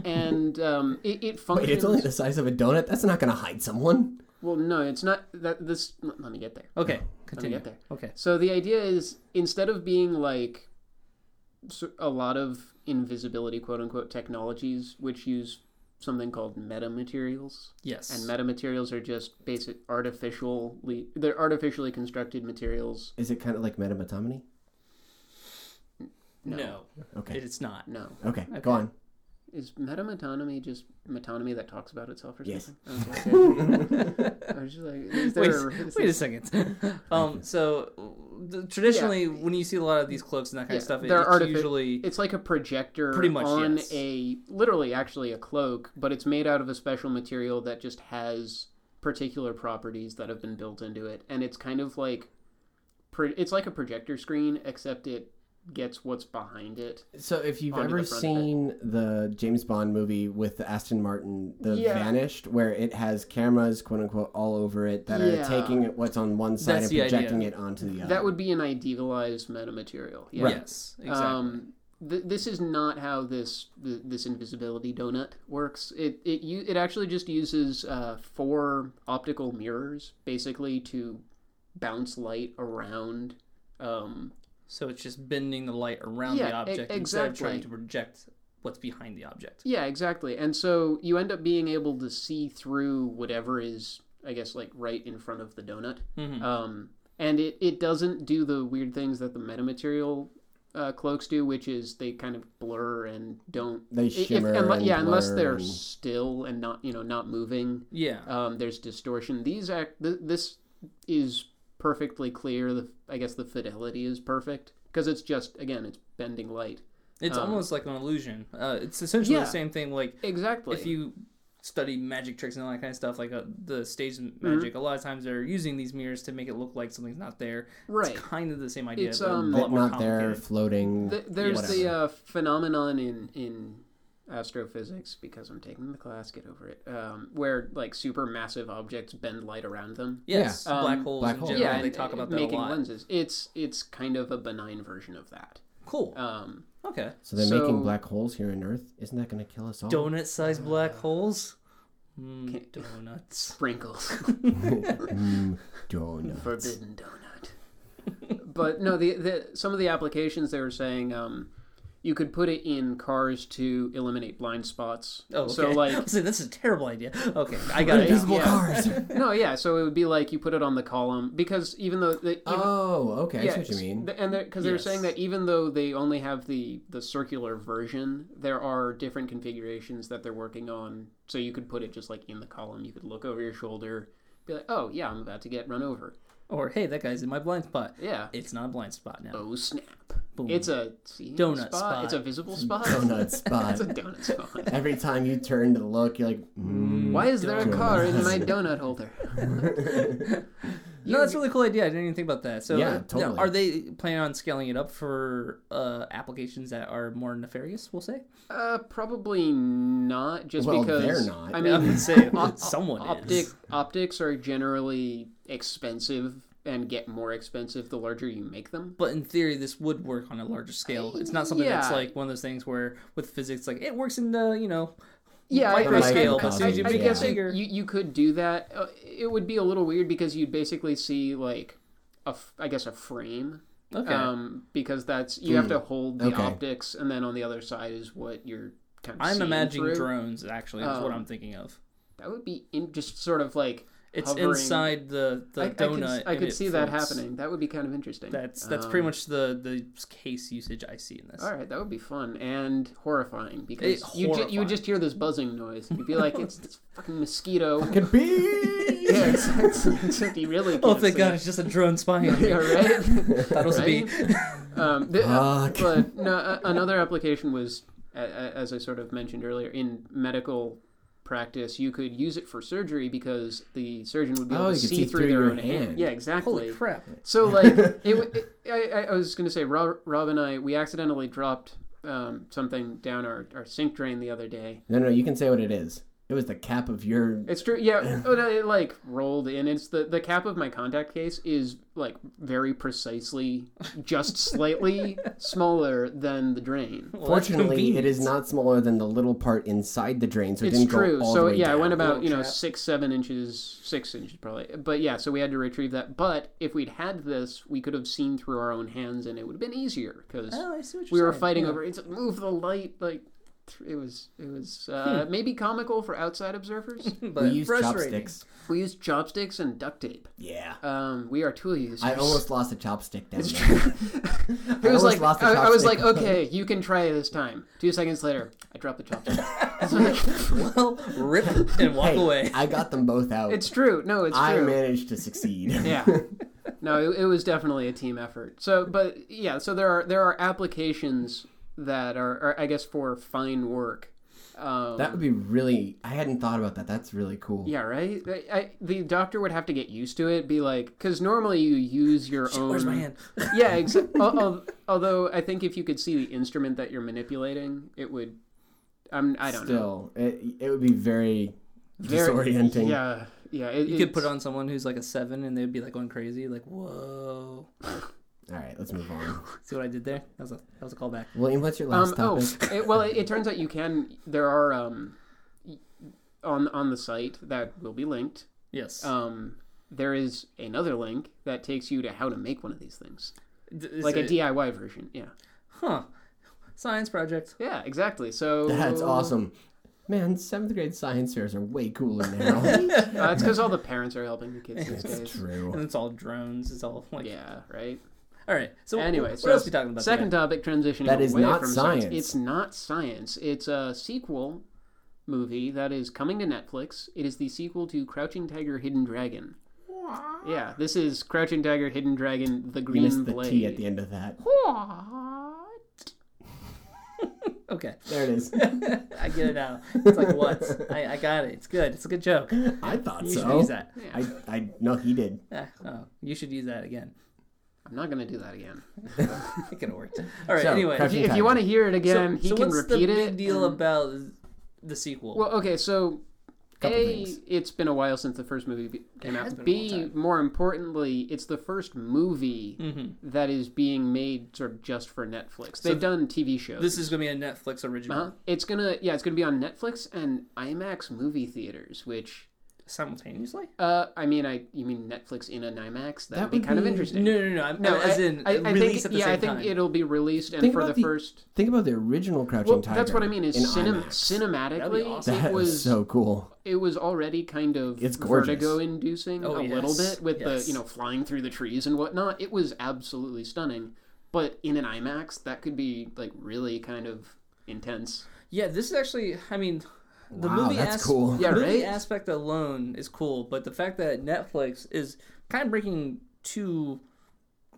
[SPEAKER 2] and um, it, it functions.
[SPEAKER 1] Wait, it's only the size of a donut. That's not going to hide someone.
[SPEAKER 2] Well, no, it's not. That this. Let let me get there.
[SPEAKER 3] Okay,
[SPEAKER 2] Let me
[SPEAKER 3] continue.
[SPEAKER 2] get there.
[SPEAKER 3] Okay.
[SPEAKER 2] So the idea is instead of being like s- a lot of invisibility, quote unquote, technologies which use something called metamaterials,
[SPEAKER 3] Yes.
[SPEAKER 2] and metamaterials are just basic artificially they're artificially constructed materials.
[SPEAKER 1] Is it kind of like metamatomony?
[SPEAKER 3] no,
[SPEAKER 1] Okay.
[SPEAKER 3] it's not.
[SPEAKER 2] no.
[SPEAKER 1] okay. Go on.
[SPEAKER 2] Is metamatonemy just metonymy that talks about itself or
[SPEAKER 1] Yes.
[SPEAKER 2] something? Okay, okay. I was just like, is there
[SPEAKER 3] Wait,
[SPEAKER 2] a-
[SPEAKER 3] s- wait a second. Um, so the, traditionally, when you see a lot of these cloaks and that kind of
[SPEAKER 2] Yeah,
[SPEAKER 3] stuff, it-
[SPEAKER 2] they're
[SPEAKER 3] it's
[SPEAKER 2] artific-
[SPEAKER 3] usually
[SPEAKER 2] It's like a projector
[SPEAKER 3] Pretty much,
[SPEAKER 2] on
[SPEAKER 3] yes.
[SPEAKER 2] a literally actually a cloak, but it's made out of a special material that just has particular properties that have been built into it and it's kind of like pro- it's like a projector screen except it gets what's behind it.
[SPEAKER 1] So, if you've
[SPEAKER 2] Onto the
[SPEAKER 1] ever
[SPEAKER 2] front of it.
[SPEAKER 1] seen the James Bond movie with the Aston Martin, The
[SPEAKER 2] Yeah.
[SPEAKER 1] Vanished, where it has cameras, quote unquote, all over it that
[SPEAKER 2] Yeah.
[SPEAKER 1] are taking it what's on one side
[SPEAKER 3] That's
[SPEAKER 1] and
[SPEAKER 3] the idea.
[SPEAKER 1] projecting it onto the other.
[SPEAKER 2] That would be an idealized metamaterial. Yeah.
[SPEAKER 3] yes, exactly.
[SPEAKER 2] Um th- this is not how this th- this invisibility donut works. It it u- it actually just uses uh, four optical mirrors basically to bounce light around. Um,
[SPEAKER 3] so it's just bending the light around
[SPEAKER 2] Yeah,
[SPEAKER 3] the
[SPEAKER 2] e-
[SPEAKER 3] object instead of trying
[SPEAKER 2] exactly.
[SPEAKER 3] to project what's behind the object.
[SPEAKER 2] yeah, exactly. And so you end up being able to see through whatever is, I guess, like right in front of the donut.
[SPEAKER 3] Mhm.
[SPEAKER 2] Um, and it, it doesn't do the weird things that the metamaterial uh, cloaks do, which is they kind of blur and don't
[SPEAKER 1] They
[SPEAKER 2] If- if-
[SPEAKER 1] shimmer.
[SPEAKER 2] unle-
[SPEAKER 1] and
[SPEAKER 2] yeah, unless
[SPEAKER 1] blur
[SPEAKER 2] they're
[SPEAKER 1] and-
[SPEAKER 2] still and not you know not moving.
[SPEAKER 3] Yeah.
[SPEAKER 2] Um, there's distortion. These act. Th- this is perfectly clear. The I guess the fidelity is perfect because it's just again it's bending light.
[SPEAKER 3] It's
[SPEAKER 2] Um,
[SPEAKER 3] almost like an illusion. Uh, it's essentially
[SPEAKER 2] Yeah.
[SPEAKER 3] the same thing. Like
[SPEAKER 2] Exactly.
[SPEAKER 3] if you study magic tricks and all that kind of stuff, like uh, the stage
[SPEAKER 2] Mm-hmm.
[SPEAKER 3] magic, a lot of times they're using these mirrors to make it look like something's not there.
[SPEAKER 2] right.
[SPEAKER 3] It's kind of the same idea,
[SPEAKER 2] It's,
[SPEAKER 3] but
[SPEAKER 2] um,
[SPEAKER 3] a lot
[SPEAKER 1] But
[SPEAKER 3] more
[SPEAKER 1] not there,
[SPEAKER 3] complicated.
[SPEAKER 1] floating.
[SPEAKER 2] Th- there's the
[SPEAKER 1] whatever.
[SPEAKER 2] uh, phenomenon in in astrophysics because I'm taking the class. Get over it. Um, where like supermassive objects bend light around them.
[SPEAKER 3] Yes,
[SPEAKER 2] Yeah.
[SPEAKER 3] black
[SPEAKER 2] Um,
[SPEAKER 3] holes
[SPEAKER 1] black
[SPEAKER 3] in
[SPEAKER 1] holes.
[SPEAKER 3] general.
[SPEAKER 1] Yeah,
[SPEAKER 3] they
[SPEAKER 2] and,
[SPEAKER 3] talk
[SPEAKER 2] uh,
[SPEAKER 3] about that a
[SPEAKER 2] making
[SPEAKER 3] lot.
[SPEAKER 2] lenses. It's it's kind of a benign version of that.
[SPEAKER 3] Cool.
[SPEAKER 2] Um,
[SPEAKER 3] okay.
[SPEAKER 1] So they're
[SPEAKER 2] so-
[SPEAKER 1] making black holes here on Earth. Isn't that going to kill us all?
[SPEAKER 3] Donut-sized black holes. Mm,
[SPEAKER 2] Can't-
[SPEAKER 3] donuts.
[SPEAKER 2] sprinkles.
[SPEAKER 1] Mm, donut.
[SPEAKER 2] Forbidden donut. but no, the, the some of the applications they were saying um, you could put it in cars to eliminate blind spots.
[SPEAKER 3] Oh, okay.
[SPEAKER 2] so like
[SPEAKER 3] See, this is a terrible idea. Okay, I got it.
[SPEAKER 1] Invisible
[SPEAKER 2] yeah.
[SPEAKER 1] cars.
[SPEAKER 2] no, yeah. So it would be like you put it on the column because even though the, even,
[SPEAKER 1] oh, okay. I
[SPEAKER 2] yeah,
[SPEAKER 1] see what you mean.
[SPEAKER 2] th- and because they were
[SPEAKER 3] Yes.
[SPEAKER 2] saying that even though they only have the the circular version, there are different configurations that they're working on. So you could put it just like in the column. You could look over your shoulder, be like, oh yeah, I'm about to get run over.
[SPEAKER 3] Or hey, that guy's in my blind spot.
[SPEAKER 2] Yeah.
[SPEAKER 3] It's not a blind spot now.
[SPEAKER 2] Oh snap.
[SPEAKER 3] Boom.
[SPEAKER 2] It's a see,
[SPEAKER 3] Donut
[SPEAKER 2] spot.
[SPEAKER 3] spot. Mm.
[SPEAKER 2] It's a visible spot.
[SPEAKER 1] Donut spot.
[SPEAKER 2] it's a donut spot.
[SPEAKER 1] Every time you turn to look, you're like, mm.
[SPEAKER 2] Why is there a car in my
[SPEAKER 1] Donut.
[SPEAKER 2] donut holder?
[SPEAKER 3] no, that's a really cool idea. I didn't even think about that. So,
[SPEAKER 1] Yeah,
[SPEAKER 3] uh,
[SPEAKER 1] totally.
[SPEAKER 3] are they planning on scaling it up for uh, applications that are more nefarious? We'll say.
[SPEAKER 2] Uh, probably not. Just
[SPEAKER 1] Well,
[SPEAKER 2] because
[SPEAKER 1] they're not.
[SPEAKER 2] I
[SPEAKER 3] I,
[SPEAKER 2] mean,
[SPEAKER 3] would say
[SPEAKER 2] op-
[SPEAKER 3] someone
[SPEAKER 2] optic
[SPEAKER 3] is.
[SPEAKER 2] optics are generally expensive and get more expensive the larger you make them.
[SPEAKER 3] But in theory, this would work on a larger scale. It's not something that's
[SPEAKER 2] Yeah.
[SPEAKER 3] like one of those things where with physics, like it works in the you know
[SPEAKER 2] Yeah, I-
[SPEAKER 3] micro
[SPEAKER 1] I-
[SPEAKER 3] scale.
[SPEAKER 1] I-
[SPEAKER 3] But as soon as you
[SPEAKER 1] I
[SPEAKER 3] make
[SPEAKER 1] guess
[SPEAKER 3] it
[SPEAKER 1] it-
[SPEAKER 3] bigger,
[SPEAKER 2] You you could do that. Uh, it would be a little weird because you'd basically see like a f- I guess a frame
[SPEAKER 3] okay.
[SPEAKER 2] um, because that's you have to hold the
[SPEAKER 1] okay.
[SPEAKER 2] optics, and then on the other side is what you're kind of.
[SPEAKER 3] I'm
[SPEAKER 2] seeing
[SPEAKER 3] imagining
[SPEAKER 2] through.
[SPEAKER 3] drones. Actually, is what
[SPEAKER 2] Um,
[SPEAKER 3] I'm thinking of.
[SPEAKER 2] that would be in, just sort of like
[SPEAKER 3] It's
[SPEAKER 2] hovering.
[SPEAKER 3] inside the, the
[SPEAKER 2] I, I could,
[SPEAKER 3] donut.
[SPEAKER 2] I
[SPEAKER 3] and
[SPEAKER 2] could
[SPEAKER 3] it
[SPEAKER 2] see that
[SPEAKER 3] floats.
[SPEAKER 2] happening. That would be kind of interesting.
[SPEAKER 3] That's that's pretty
[SPEAKER 2] Um,
[SPEAKER 3] much the the case usage I see in this.
[SPEAKER 2] All right, that would be fun and horrifying because
[SPEAKER 3] It-
[SPEAKER 2] you ju- you
[SPEAKER 3] horrifying.
[SPEAKER 2] would just hear this buzzing noise. You'd be like, "It's this fucking mosquito."
[SPEAKER 1] Could be.
[SPEAKER 2] yeah, it's, it's, it's, you really.
[SPEAKER 3] Oh
[SPEAKER 2] can't
[SPEAKER 3] thank
[SPEAKER 2] see
[SPEAKER 3] God!
[SPEAKER 2] it.
[SPEAKER 3] It's just a drone spying. on me.
[SPEAKER 2] Yeah, right.
[SPEAKER 3] That was a
[SPEAKER 2] Right?
[SPEAKER 3] bee.
[SPEAKER 2] Um,
[SPEAKER 1] Ah.
[SPEAKER 2] the-
[SPEAKER 1] Fuck.
[SPEAKER 2] but no, a- another application was, a- a- as I sort of mentioned earlier, in medical practice, you could use it for surgery because the surgeon would be
[SPEAKER 1] Oh,
[SPEAKER 2] able to
[SPEAKER 1] you could
[SPEAKER 2] see, through, their own hand. Yeah, exactly.
[SPEAKER 3] Holy crap!
[SPEAKER 2] So like, it, w- it, I, I- I was gonna say, Rob, Rob and I, we accidentally dropped um, something down our, our sink drain the other day.
[SPEAKER 1] No, no, you can say what it is. It was the cap of your.
[SPEAKER 2] It's true, yeah. oh, no, It like rolled in. It's the the cap of my contact case is like very precisely, just slightly smaller than the drain.
[SPEAKER 3] Well, that's
[SPEAKER 1] Fortunately, it is
[SPEAKER 3] convenient.
[SPEAKER 1] not smaller than the little part inside the drain, so it
[SPEAKER 2] It's
[SPEAKER 1] didn't
[SPEAKER 2] true.
[SPEAKER 1] go all
[SPEAKER 2] So
[SPEAKER 1] the way
[SPEAKER 2] yeah, I
[SPEAKER 1] down.
[SPEAKER 2] went about
[SPEAKER 3] Little
[SPEAKER 2] you know
[SPEAKER 3] trap.
[SPEAKER 2] six, seven inches, six inches probably. But yeah, so we had to retrieve that. But if we'd had this, we could have seen through our own hands, and it would have been easier because
[SPEAKER 3] Oh, I see what
[SPEAKER 2] we
[SPEAKER 3] you're
[SPEAKER 2] were
[SPEAKER 3] saying.
[SPEAKER 2] fighting
[SPEAKER 3] Yeah.
[SPEAKER 2] over it's move the light like it was it was uh,
[SPEAKER 1] Hmm.
[SPEAKER 2] maybe comical for outside observers.
[SPEAKER 3] But
[SPEAKER 1] we used
[SPEAKER 3] frustrating.
[SPEAKER 1] chopsticks.
[SPEAKER 2] we used chopsticks and duct tape.
[SPEAKER 1] Yeah.
[SPEAKER 2] Um, we are tool users.
[SPEAKER 1] I almost lost a chopstick down
[SPEAKER 2] It's
[SPEAKER 1] there.
[SPEAKER 2] true. it was
[SPEAKER 1] almost
[SPEAKER 2] like
[SPEAKER 1] lost the
[SPEAKER 2] I, I was like,
[SPEAKER 1] chopstick.
[SPEAKER 2] okay, you can try it this time. Two seconds later, I dropped the chopstick. It's like-
[SPEAKER 3] Well, rip and walk
[SPEAKER 1] Hey,
[SPEAKER 3] away.
[SPEAKER 1] I got them both out.
[SPEAKER 2] it's true. No, it's
[SPEAKER 1] I
[SPEAKER 2] true.
[SPEAKER 1] managed to succeed.
[SPEAKER 2] yeah no it, it was definitely a team effort so but yeah so there are there are applications that are, are i guess for fine work um,
[SPEAKER 1] That would be really. I hadn't thought about that. That's really cool.
[SPEAKER 2] yeah right I, I, the doctor would have to get used to it be like because normally you use your own
[SPEAKER 3] Where's my hand?
[SPEAKER 2] yeah exactly although i think if you could see the instrument that you're manipulating it would i'm i don't know
[SPEAKER 1] Still, it, it would be very,
[SPEAKER 2] Very-
[SPEAKER 1] disorienting.
[SPEAKER 2] yeah yeah it,
[SPEAKER 3] You could put
[SPEAKER 2] it's-
[SPEAKER 3] on someone who's like a seven, and they'd be like going crazy, like whoa.
[SPEAKER 1] All right, let's move on.
[SPEAKER 3] See what I did there? That was a that was a callback.
[SPEAKER 1] William, what's your last
[SPEAKER 2] Um, oh,
[SPEAKER 1] topic?
[SPEAKER 2] it, well, it, it turns out you can. There are um, y- on on the site that will be linked.
[SPEAKER 3] Yes.
[SPEAKER 2] Um, there is another link that takes you to how to make one of these things,
[SPEAKER 3] D- is
[SPEAKER 2] like a
[SPEAKER 3] it-
[SPEAKER 2] DIY version. Yeah,
[SPEAKER 3] Huh. Science project.
[SPEAKER 2] yeah, exactly. So
[SPEAKER 1] That's awesome. Man, seventh grade science fairs are way cooler now.
[SPEAKER 2] Uh, it's because all the parents are helping the kids these
[SPEAKER 1] That's
[SPEAKER 2] days.
[SPEAKER 1] true.
[SPEAKER 3] And it's all drones. It's all like.
[SPEAKER 2] Yeah, right.
[SPEAKER 3] All right. So
[SPEAKER 2] Anyway,
[SPEAKER 3] what
[SPEAKER 2] so
[SPEAKER 3] else are we talking about?
[SPEAKER 2] Second
[SPEAKER 3] today?
[SPEAKER 2] topic: transitioning
[SPEAKER 1] That is
[SPEAKER 2] away
[SPEAKER 1] not
[SPEAKER 2] from
[SPEAKER 1] science.
[SPEAKER 2] It's not science. It's a sequel movie that is coming to Netflix. It is the sequel to Crouching Tiger, Hidden Dragon. Yeah, this is Crouching Tiger, Hidden Dragon, The
[SPEAKER 1] You
[SPEAKER 2] Green
[SPEAKER 1] missed the
[SPEAKER 2] Blade.
[SPEAKER 1] T at the end of that.
[SPEAKER 3] Okay.
[SPEAKER 1] There it is.
[SPEAKER 3] I get it now. It's like what? I, I got it. It's good. It's a good joke. You
[SPEAKER 1] I thought
[SPEAKER 3] should
[SPEAKER 1] so.
[SPEAKER 3] use that.
[SPEAKER 1] I, I no, he did.
[SPEAKER 3] Ah, oh, you should use that again.
[SPEAKER 2] I'm not gonna do that again.
[SPEAKER 3] It could have worked. All right.
[SPEAKER 1] So,
[SPEAKER 3] anyway.
[SPEAKER 1] Crouching-
[SPEAKER 2] If
[SPEAKER 1] Tiger.
[SPEAKER 2] you want to hear it
[SPEAKER 3] so,
[SPEAKER 2] again, he
[SPEAKER 3] so
[SPEAKER 2] can
[SPEAKER 3] what's
[SPEAKER 2] repeat
[SPEAKER 3] the
[SPEAKER 2] it.
[SPEAKER 3] big deal
[SPEAKER 2] and-
[SPEAKER 3] about the sequel?
[SPEAKER 2] Well, okay, so
[SPEAKER 1] Couple
[SPEAKER 2] a,
[SPEAKER 1] things.
[SPEAKER 2] it's been a while since the first movie be- came
[SPEAKER 3] has
[SPEAKER 2] out.
[SPEAKER 3] been a
[SPEAKER 2] B,
[SPEAKER 3] long time.
[SPEAKER 2] more importantly, it's the first movie that is being made sort of just for Netflix. They've done TV shows.
[SPEAKER 3] this is gonna be a Netflix original
[SPEAKER 2] uh-huh. It's gonna yeah, it's gonna be on Netflix and IMAX movie theaters, which
[SPEAKER 3] simultaneously.
[SPEAKER 2] uh, I mean, I you mean Netflix in an IMAX? That,
[SPEAKER 1] That
[SPEAKER 2] would be
[SPEAKER 1] would
[SPEAKER 2] kind of
[SPEAKER 1] be-
[SPEAKER 2] interesting.
[SPEAKER 3] No, no, no. I'm,
[SPEAKER 2] No,
[SPEAKER 3] as
[SPEAKER 2] I-
[SPEAKER 3] in
[SPEAKER 2] I, I
[SPEAKER 3] release
[SPEAKER 2] think,
[SPEAKER 3] at the
[SPEAKER 2] yeah,
[SPEAKER 3] same
[SPEAKER 2] I think
[SPEAKER 3] time.
[SPEAKER 2] it'll be released and
[SPEAKER 1] Think
[SPEAKER 2] for
[SPEAKER 1] about the-
[SPEAKER 2] the, first.
[SPEAKER 1] Think about the original Crouching
[SPEAKER 2] Well,
[SPEAKER 1] Tiger.
[SPEAKER 2] that's what I mean is
[SPEAKER 1] in IMAX.
[SPEAKER 2] cinem-
[SPEAKER 3] That'd be
[SPEAKER 2] cinematically,
[SPEAKER 3] awesome.
[SPEAKER 1] That
[SPEAKER 2] it
[SPEAKER 1] was
[SPEAKER 2] was
[SPEAKER 1] so cool.
[SPEAKER 2] it was already kind of
[SPEAKER 1] It's gorgeous.
[SPEAKER 2] vertigo-inducing
[SPEAKER 3] Oh,
[SPEAKER 2] a little
[SPEAKER 3] yes.
[SPEAKER 2] bit with
[SPEAKER 3] Yes.
[SPEAKER 2] the you know flying through the trees and whatnot. It was absolutely stunning, but in an IMAX, that could be like really kind of intense.
[SPEAKER 3] Yeah, this is actually. I mean, the
[SPEAKER 1] Wow,
[SPEAKER 3] movie.
[SPEAKER 1] that's
[SPEAKER 3] asp-
[SPEAKER 1] cool.
[SPEAKER 2] Yeah, right?
[SPEAKER 3] movie aspect alone is cool, but the fact that Netflix is kind of breaking two,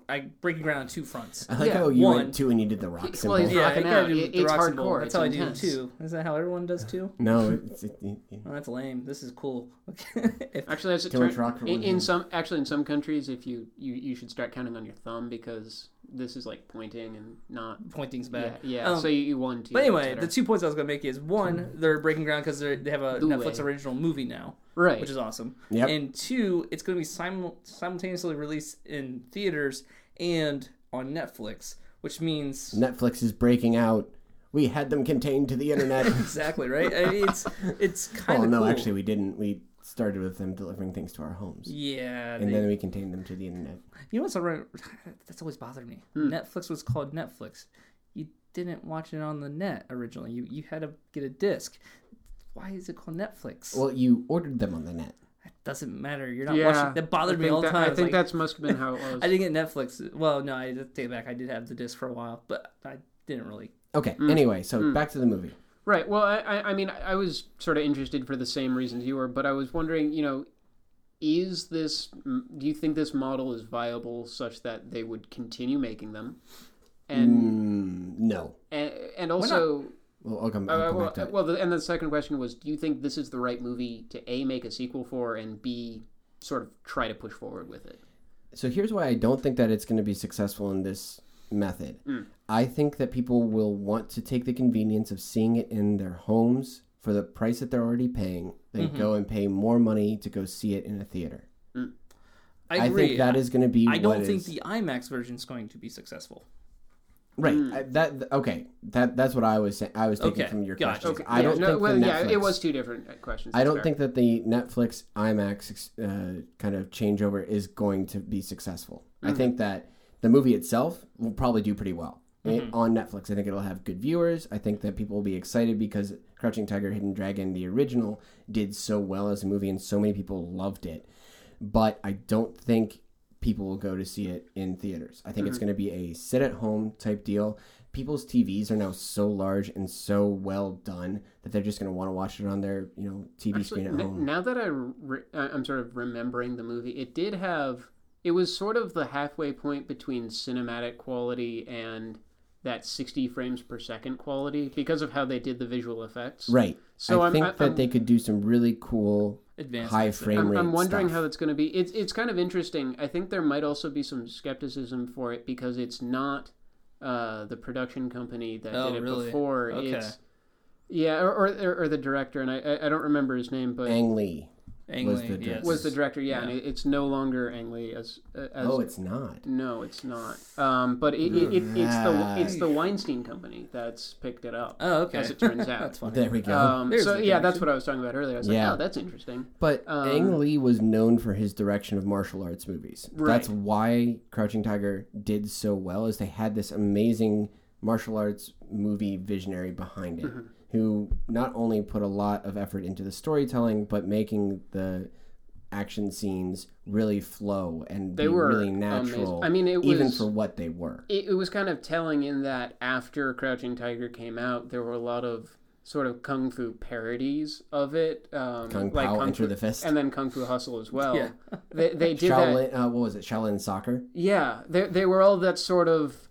[SPEAKER 3] like breaking ground on two fronts.
[SPEAKER 1] I like
[SPEAKER 2] Yeah,
[SPEAKER 1] how you
[SPEAKER 3] one.
[SPEAKER 1] went two and you did the rock symbol.
[SPEAKER 2] he's
[SPEAKER 3] Yeah,
[SPEAKER 2] Rocking
[SPEAKER 3] I gotta
[SPEAKER 2] out.
[SPEAKER 3] do
[SPEAKER 2] It-
[SPEAKER 3] the
[SPEAKER 2] it's
[SPEAKER 3] rock symbol.
[SPEAKER 2] hardcore.
[SPEAKER 3] That's
[SPEAKER 2] It's
[SPEAKER 3] how
[SPEAKER 2] intense.
[SPEAKER 3] I do two. Is that how everyone does two?
[SPEAKER 1] No, it's, it, it, it-
[SPEAKER 3] Oh, that's lame. This is cool. Okay. If-
[SPEAKER 2] Actually, as it
[SPEAKER 1] Too much
[SPEAKER 2] turns
[SPEAKER 1] rock for
[SPEAKER 2] in,
[SPEAKER 1] one
[SPEAKER 2] in
[SPEAKER 1] hand.
[SPEAKER 2] some actually in some countries, if you, you you should start counting on your thumb because this is like pointing and not
[SPEAKER 3] pointing's
[SPEAKER 2] yeah,
[SPEAKER 3] bad.
[SPEAKER 2] yeah.
[SPEAKER 3] Um,
[SPEAKER 2] so you, you won two.
[SPEAKER 3] but anyway,
[SPEAKER 2] etc.
[SPEAKER 3] the two points I was gonna make is one, they're breaking ground because they have a
[SPEAKER 2] Ooh,
[SPEAKER 3] Netflix
[SPEAKER 2] eh.
[SPEAKER 3] original movie now,
[SPEAKER 2] right.
[SPEAKER 3] which is awesome.
[SPEAKER 1] Yep.
[SPEAKER 3] And two, it's gonna be simul- simultaneously released in theaters and on Netflix, which means
[SPEAKER 1] Netflix is breaking out. We had them contained to the internet.
[SPEAKER 3] exactly right. I mean, it's it's kind
[SPEAKER 1] oh
[SPEAKER 3] of
[SPEAKER 1] no,
[SPEAKER 3] cool.
[SPEAKER 1] actually we didn't. We started with them delivering things to our homes,
[SPEAKER 3] Yeah,
[SPEAKER 1] and
[SPEAKER 3] they-
[SPEAKER 1] then we contained them to the internet.
[SPEAKER 3] You know what's alright? That's always bothered me.
[SPEAKER 1] Hmm.
[SPEAKER 3] Netflix was called Netflix. You didn't watch it on the net originally. You you had to get a disc. Why is it called Netflix?
[SPEAKER 1] Well, you ordered them on the net.
[SPEAKER 3] it doesn't matter. You're not
[SPEAKER 2] Yeah.
[SPEAKER 3] watching. That bothered
[SPEAKER 2] I
[SPEAKER 3] me
[SPEAKER 2] think
[SPEAKER 3] all the
[SPEAKER 2] that-
[SPEAKER 3] time.
[SPEAKER 2] I
[SPEAKER 3] It's
[SPEAKER 2] think
[SPEAKER 3] like,
[SPEAKER 2] that's must have been how it was.
[SPEAKER 3] I didn't get Netflix. Well, no, I take it back. I did have the disc for a while, but I didn't really.
[SPEAKER 1] Okay.
[SPEAKER 2] Mm.
[SPEAKER 1] Anyway, so back to the movie.
[SPEAKER 2] Right. Well, I, I I mean, I was sort of interested for the same reasons you were, but I was wondering, you know, is this, do you think this model is viable such that they would continue making them? And,
[SPEAKER 1] Mm, no.
[SPEAKER 2] and, and also,
[SPEAKER 1] Well, I'll come, I'll
[SPEAKER 2] uh,
[SPEAKER 1] come
[SPEAKER 2] well,
[SPEAKER 1] back to it.
[SPEAKER 2] well the, and the second question was, do you think this is the right movie to A, make a sequel for, and B, sort of try to push forward with it?
[SPEAKER 1] So here's why I don't think that it's going to be successful in this method.
[SPEAKER 2] Mm.
[SPEAKER 1] I think that people will want to take the convenience of seeing it in their homes for the price that they're already paying, then
[SPEAKER 2] Mm-hmm.
[SPEAKER 1] go and pay more money to go see it in a theater.
[SPEAKER 3] I
[SPEAKER 1] I,
[SPEAKER 3] agree.
[SPEAKER 1] think that is going to be.
[SPEAKER 3] I don't
[SPEAKER 1] what
[SPEAKER 3] think
[SPEAKER 1] is-
[SPEAKER 3] the IMAX version is going to be successful.
[SPEAKER 1] right. I, that th- okay. That that's what I was saying. I was taking
[SPEAKER 3] Okay,
[SPEAKER 1] from your
[SPEAKER 3] gotcha.
[SPEAKER 1] questions.
[SPEAKER 2] Mm. Okay,
[SPEAKER 1] I
[SPEAKER 2] yeah,
[SPEAKER 1] don't
[SPEAKER 2] no,
[SPEAKER 1] think the
[SPEAKER 2] well, yeah, it
[SPEAKER 1] Netflix-
[SPEAKER 2] was two different uh, questions.
[SPEAKER 1] I
[SPEAKER 2] that's
[SPEAKER 1] don't
[SPEAKER 2] fair.
[SPEAKER 1] think that the Netflix IMAX uh, kind of changeover is going to be successful. I think that the movie itself will probably do pretty well It- on Netflix. I think it'll have good viewers. I think that people will be excited because Crouching Tiger, Hidden Dragon, the original, did so well as a movie and so many people loved it. But I don't think people will go to see it in theaters. I think
[SPEAKER 2] Mm-hmm.
[SPEAKER 1] it's going to be a sit at home type deal. People's TVs are now so large and so well done that they're just going to want to watch it on their, you know, TV
[SPEAKER 2] Actually,
[SPEAKER 1] screen at
[SPEAKER 2] n-
[SPEAKER 1] home.
[SPEAKER 2] Now that I re- I- I'm sort of remembering the movie, it did have it was sort of the halfway point between cinematic quality and that 60 frames per second quality because of how they did the visual effects.
[SPEAKER 1] Right.
[SPEAKER 2] So
[SPEAKER 1] I
[SPEAKER 2] I'm-
[SPEAKER 1] think
[SPEAKER 2] I-
[SPEAKER 1] that
[SPEAKER 2] I'm-
[SPEAKER 1] they could do some really cool
[SPEAKER 3] Advanced
[SPEAKER 1] high
[SPEAKER 3] mix it.
[SPEAKER 1] frame
[SPEAKER 2] I'm,
[SPEAKER 1] rate.
[SPEAKER 2] I'm wondering
[SPEAKER 1] stuff.
[SPEAKER 2] how that's going to be. It's it's kind of interesting. I think there might also be some skepticism for it because it's not uh, the production company that
[SPEAKER 3] Oh,
[SPEAKER 2] did it
[SPEAKER 3] really?
[SPEAKER 2] before.
[SPEAKER 3] Okay.
[SPEAKER 2] It's yeah, or, or or the director, and I I- I don't remember his name, but
[SPEAKER 1] Ang Lee. Was
[SPEAKER 3] Angley,
[SPEAKER 1] the
[SPEAKER 3] yes.
[SPEAKER 2] was the director. Yeah, and it, it's no longer Ang Lee as uh, as.
[SPEAKER 1] Oh, it's not.
[SPEAKER 2] no, it's not. Um, but it, it, it, it's the
[SPEAKER 1] Right.
[SPEAKER 2] it's the Weinstein company that's picked it up.
[SPEAKER 3] Oh, okay.
[SPEAKER 2] As it turns out.
[SPEAKER 3] That's funny.
[SPEAKER 1] There we go.
[SPEAKER 2] um,
[SPEAKER 3] There's
[SPEAKER 2] so
[SPEAKER 3] the
[SPEAKER 2] yeah, that's
[SPEAKER 3] connection.
[SPEAKER 2] what I was talking about earlier. I was
[SPEAKER 1] Yeah.
[SPEAKER 2] like, oh, that's interesting.
[SPEAKER 1] But
[SPEAKER 2] Um,
[SPEAKER 1] Ang Lee was known for his direction of martial arts movies.
[SPEAKER 2] Right.
[SPEAKER 1] That's why Crouching Tiger did so well, is they had this amazing martial arts movie visionary behind it,
[SPEAKER 2] Mm-hmm.
[SPEAKER 1] who not only put a lot of effort into the storytelling, but making the action scenes really flow and
[SPEAKER 2] They
[SPEAKER 1] be
[SPEAKER 2] were
[SPEAKER 1] really natural.
[SPEAKER 2] amazing. I mean, it
[SPEAKER 1] even
[SPEAKER 2] was-
[SPEAKER 1] for what they were.
[SPEAKER 2] It, it was kind of telling in that after Crouching Tiger came out, there were a lot of sort of kung fu parodies of it, um,
[SPEAKER 1] Kung
[SPEAKER 2] like
[SPEAKER 1] Pao,
[SPEAKER 2] kung
[SPEAKER 1] Enter
[SPEAKER 2] fu,
[SPEAKER 1] the Fist.
[SPEAKER 2] and then Kung Fu Hustle as well.
[SPEAKER 3] Yeah.
[SPEAKER 2] They, they did that.
[SPEAKER 1] Shaolin, uh, what was it? Shaolin Soccer.
[SPEAKER 2] Yeah, they they were all that sort of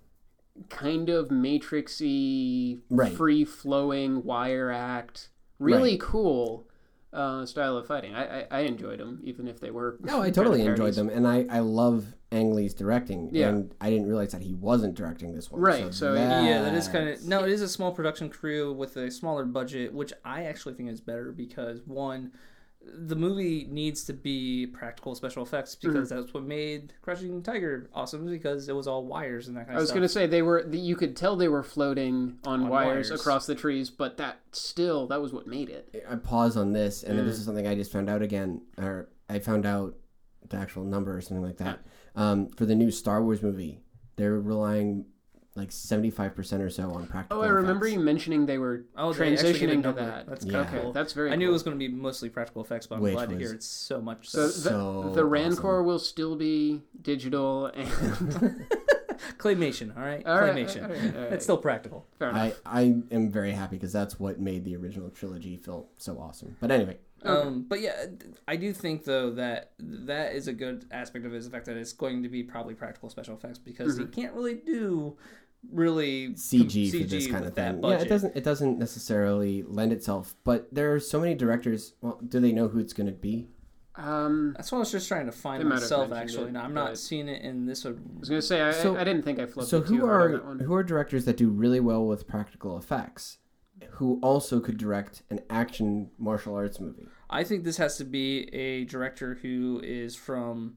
[SPEAKER 2] kind of matrixy,
[SPEAKER 1] Right.
[SPEAKER 2] free flowing wire act, really cool uh, style of fighting. I, I I enjoyed them, even if they were
[SPEAKER 1] No, I
[SPEAKER 2] kind
[SPEAKER 1] totally
[SPEAKER 2] of
[SPEAKER 1] enjoyed
[SPEAKER 2] parodies.
[SPEAKER 1] them, and I, I love Ang Lee's directing.
[SPEAKER 2] Yeah.
[SPEAKER 1] and I didn't realize that he wasn't directing this one.
[SPEAKER 2] Right, so it-
[SPEAKER 3] Yeah, that is kind of no. It is a small production crew with a smaller budget, which I actually think is better because one, the movie needs to be practical special effects
[SPEAKER 2] Mm-hmm.
[SPEAKER 3] because that's what made Crouching Tiger awesome because it was all wires and that kind
[SPEAKER 2] I
[SPEAKER 3] of
[SPEAKER 2] was
[SPEAKER 3] stuff.
[SPEAKER 2] gonna say they were. You could tell they were floating on,
[SPEAKER 3] On
[SPEAKER 2] wires,
[SPEAKER 3] wires.
[SPEAKER 2] across the trees, but that still that was what made it.
[SPEAKER 1] I pause on this, and
[SPEAKER 2] Mm.
[SPEAKER 1] this is something I just found out again, or I found out the actual number or something like that. Um, for the new Star Wars movie, they're relying like seventy five percent or so on practical.
[SPEAKER 2] Oh, I remember
[SPEAKER 1] effects.
[SPEAKER 2] you mentioning they were
[SPEAKER 3] Oh, they actually gave a
[SPEAKER 2] transitioning to
[SPEAKER 3] number.
[SPEAKER 2] that.
[SPEAKER 3] That's
[SPEAKER 1] Yeah.
[SPEAKER 2] okay.
[SPEAKER 3] cool.
[SPEAKER 2] That's very.
[SPEAKER 3] I knew
[SPEAKER 2] cool.
[SPEAKER 3] it was going to be mostly practical effects, but I'm
[SPEAKER 1] Which
[SPEAKER 3] glad to
[SPEAKER 1] was
[SPEAKER 3] hear it's so much.
[SPEAKER 2] So,
[SPEAKER 3] So,
[SPEAKER 2] the,
[SPEAKER 1] so
[SPEAKER 2] the Rancor
[SPEAKER 1] awesome.
[SPEAKER 2] will still be digital and
[SPEAKER 3] claymation, all right,
[SPEAKER 2] All right,
[SPEAKER 3] claymation.
[SPEAKER 2] all right, all right.
[SPEAKER 3] It's still practical.
[SPEAKER 2] Fair enough.
[SPEAKER 1] I, I am very happy because that's what made the original trilogy feel so awesome. But anyway,
[SPEAKER 3] Um, but yeah, th- I do think though that that is a good aspect of it is the fact that it's going to be probably practical special effects because you can't really do really
[SPEAKER 1] CG,
[SPEAKER 3] com-
[SPEAKER 1] Mm-hmm. for this kind of
[SPEAKER 3] with that
[SPEAKER 1] thing. Yeah,
[SPEAKER 3] budget.
[SPEAKER 1] it doesn't it doesn't necessarily lend itself, but there are so many directors. Well, do they know who it's going to be?
[SPEAKER 2] um,
[SPEAKER 3] That's what I was just trying to find
[SPEAKER 2] They might have
[SPEAKER 3] myself
[SPEAKER 2] mentioned
[SPEAKER 3] actually.
[SPEAKER 2] it,
[SPEAKER 3] Now I'm
[SPEAKER 2] but-
[SPEAKER 3] not seeing it in this one.
[SPEAKER 2] I was gonna say I,
[SPEAKER 1] So-
[SPEAKER 2] I didn't think I flubbed
[SPEAKER 1] So
[SPEAKER 2] it too
[SPEAKER 1] who
[SPEAKER 2] hard
[SPEAKER 1] are
[SPEAKER 2] on that one.
[SPEAKER 1] who are directors that do really well with practical effects, who also could direct an action martial arts movie?
[SPEAKER 3] I think this has to be a director who is from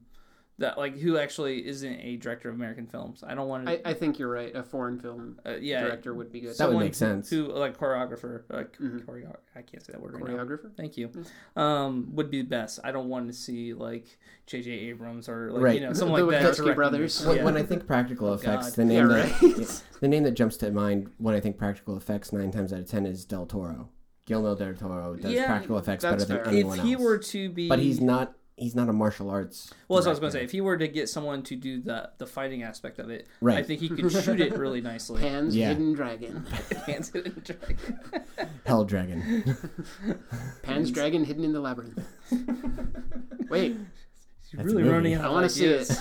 [SPEAKER 3] that like who actually isn't a director of American films. I don't want to.
[SPEAKER 2] I, I think you're right. A foreign film
[SPEAKER 3] uh, yeah,
[SPEAKER 2] director would be good.
[SPEAKER 1] That would
[SPEAKER 3] someone
[SPEAKER 1] make sense. Mm-hmm.
[SPEAKER 3] Who like choreographer? Like choreo- I can't say that word right now.
[SPEAKER 2] Choreographer.
[SPEAKER 3] Thank you. Um, would be the best. I don't want to see like J.J. Abrams or like
[SPEAKER 1] Right.
[SPEAKER 3] you know someone
[SPEAKER 2] the
[SPEAKER 3] like that.
[SPEAKER 2] Wachowski
[SPEAKER 3] directing
[SPEAKER 2] brothers.
[SPEAKER 3] this.
[SPEAKER 1] When,
[SPEAKER 3] Oh, Yeah. Oh,
[SPEAKER 1] when I think practical effects,
[SPEAKER 3] God.
[SPEAKER 1] the name
[SPEAKER 2] Yeah,
[SPEAKER 1] that, the name that jumps to mind when I think practical effects nine times out of ten is Del Toro. Guillermo del Toro does
[SPEAKER 3] Yeah,
[SPEAKER 1] practical effects
[SPEAKER 2] that's
[SPEAKER 1] better than
[SPEAKER 2] fair. If
[SPEAKER 1] anyone
[SPEAKER 3] if he
[SPEAKER 1] else.
[SPEAKER 3] were to be,
[SPEAKER 1] but he's not. He's not a martial arts.
[SPEAKER 3] Well, that's what I was going
[SPEAKER 1] director.
[SPEAKER 3] to say. If he were to get someone to do the the fighting aspect of it, I
[SPEAKER 1] Right.
[SPEAKER 3] think he could shoot it really nicely.
[SPEAKER 2] Pan's
[SPEAKER 1] Yeah.
[SPEAKER 2] Hidden Dragon.
[SPEAKER 3] Hands it in dragon.
[SPEAKER 1] Hell Dragon.
[SPEAKER 2] Pan's Dragon Hidden in the Labyrinth. Wait,
[SPEAKER 3] You're
[SPEAKER 1] a
[SPEAKER 3] really
[SPEAKER 1] movie.
[SPEAKER 3] running out
[SPEAKER 2] I
[SPEAKER 3] of
[SPEAKER 2] want to see
[SPEAKER 3] ideas.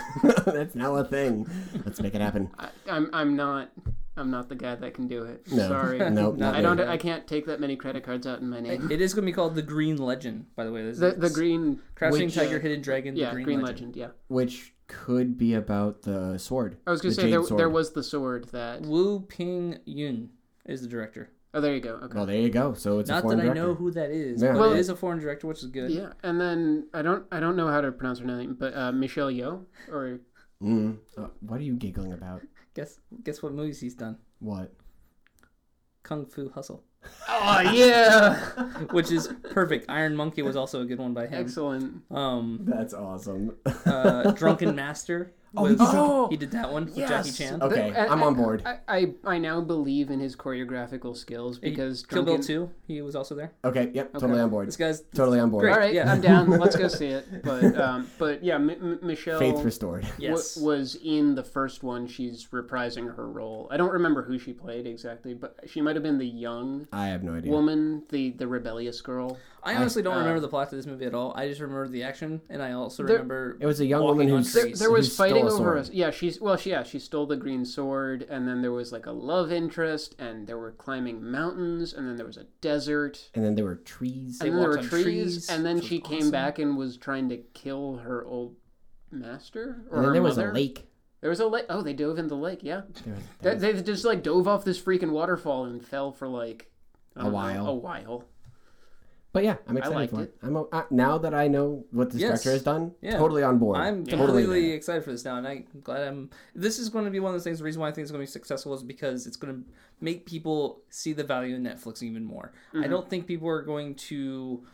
[SPEAKER 2] it.
[SPEAKER 1] That's now a thing. Let's make it happen.
[SPEAKER 2] I, I'm I'm not I'm not the guy that can do it.
[SPEAKER 1] No.
[SPEAKER 2] Sorry.
[SPEAKER 1] Nope, not
[SPEAKER 2] I don't.
[SPEAKER 1] me.
[SPEAKER 2] I can't take that many credit cards out in my name.
[SPEAKER 3] It is going to be called the Green Legend, by the way. This
[SPEAKER 2] The
[SPEAKER 3] is-
[SPEAKER 2] the green
[SPEAKER 3] Crouching
[SPEAKER 2] which,
[SPEAKER 3] Tiger,
[SPEAKER 2] uh,
[SPEAKER 3] Hidden Dragon,
[SPEAKER 2] Yeah,
[SPEAKER 3] the Green, Legend.
[SPEAKER 2] Yeah.
[SPEAKER 1] Which could be about the sword.
[SPEAKER 2] I was gonna
[SPEAKER 1] The
[SPEAKER 2] say
[SPEAKER 1] jade
[SPEAKER 2] there,
[SPEAKER 1] sword.
[SPEAKER 2] there was the sword that.
[SPEAKER 3] Wu Ping Yun is the director.
[SPEAKER 2] Oh, there you go. Okay.
[SPEAKER 1] Well, there you go. So it's a
[SPEAKER 3] Not that
[SPEAKER 1] foreign
[SPEAKER 3] I
[SPEAKER 1] director.
[SPEAKER 3] know who that is,
[SPEAKER 1] Yeah.
[SPEAKER 3] but
[SPEAKER 2] Well-
[SPEAKER 3] it is a foreign director, which is good.
[SPEAKER 2] yeah, and then I don't I don't know how to pronounce her name, but uh, Michelle Yeoh or
[SPEAKER 1] Mm. Uh, what are you giggling about?
[SPEAKER 3] Guess guess what movies he's done?
[SPEAKER 1] What?
[SPEAKER 3] Kung Fu Hustle,
[SPEAKER 2] oh yeah,
[SPEAKER 3] which is perfect. Iron Monkey was also a good one by him.
[SPEAKER 2] excellent.
[SPEAKER 3] Um,
[SPEAKER 1] That's awesome.
[SPEAKER 3] uh, Drunken Master.
[SPEAKER 1] Oh, he
[SPEAKER 3] Was,
[SPEAKER 1] did-
[SPEAKER 2] Oh!
[SPEAKER 3] he did that one with Jackie
[SPEAKER 2] Yes!
[SPEAKER 3] Chan.
[SPEAKER 1] Okay,
[SPEAKER 2] But-
[SPEAKER 1] I'm on board.
[SPEAKER 2] I, I I now believe in his choreographical skills because
[SPEAKER 3] Kill
[SPEAKER 2] Drunken-
[SPEAKER 3] Bill 2, he was also there.
[SPEAKER 1] Okay, yep, totally
[SPEAKER 2] Okay.
[SPEAKER 1] on
[SPEAKER 3] This
[SPEAKER 1] board.
[SPEAKER 3] guy's
[SPEAKER 1] Totally on board.
[SPEAKER 3] Great.
[SPEAKER 2] All right,
[SPEAKER 3] Yeah.
[SPEAKER 2] I'm down. Let's go see it. But um, but yeah, M- M- Michelle
[SPEAKER 1] Faith restored.
[SPEAKER 2] wa-
[SPEAKER 3] yes.
[SPEAKER 2] was in the first one. She's reprising her role. I don't remember who she played exactly, but she might have been the young
[SPEAKER 1] I have no idea.
[SPEAKER 2] woman, the the rebellious girl.
[SPEAKER 3] I honestly don't
[SPEAKER 2] uh,
[SPEAKER 3] remember the plot to this movie at all. I just remember the action, and I also
[SPEAKER 2] There-
[SPEAKER 3] remember
[SPEAKER 1] it was a young
[SPEAKER 3] Walking
[SPEAKER 1] woman
[SPEAKER 3] on
[SPEAKER 1] who's
[SPEAKER 3] There-
[SPEAKER 2] There, there was
[SPEAKER 1] who stole
[SPEAKER 2] fighting
[SPEAKER 1] a
[SPEAKER 2] over
[SPEAKER 1] sword.
[SPEAKER 2] us. Yeah, she's well, she, yeah, she stole the green sword, and then there was like a love interest, and there were climbing mountains, and then there was a desert,
[SPEAKER 1] And then there were trees.
[SPEAKER 3] They
[SPEAKER 2] and then there were
[SPEAKER 3] walked on
[SPEAKER 2] trees,
[SPEAKER 3] trees,
[SPEAKER 2] and then
[SPEAKER 3] which
[SPEAKER 2] she
[SPEAKER 3] was
[SPEAKER 2] came
[SPEAKER 3] awesome.
[SPEAKER 2] back and was trying to kill her old master
[SPEAKER 1] and
[SPEAKER 2] or her
[SPEAKER 1] then there was
[SPEAKER 2] mother.
[SPEAKER 1] a lake.
[SPEAKER 2] There was a lake. Oh, they dove in the lake. Yeah,
[SPEAKER 1] There was, there
[SPEAKER 2] they, they just like dove off this freaking waterfall and fell for like I
[SPEAKER 1] A
[SPEAKER 2] don't know,
[SPEAKER 1] while.
[SPEAKER 2] A while.
[SPEAKER 1] But yeah, I'm excited
[SPEAKER 2] liked
[SPEAKER 1] for it.
[SPEAKER 2] it.
[SPEAKER 1] I'm a, uh, now that I know what this
[SPEAKER 3] Yes.
[SPEAKER 1] director has done,
[SPEAKER 3] Yeah.
[SPEAKER 1] totally on board.
[SPEAKER 3] I'm
[SPEAKER 1] totally
[SPEAKER 3] completely
[SPEAKER 1] there.
[SPEAKER 3] excited for this now, and I'm glad I'm. This is going to be one of the things. The reason why I think it's going to be successful is because it's going to make people see the value in Netflix even more. I
[SPEAKER 2] Mm-hmm.
[SPEAKER 3] don't think people are going to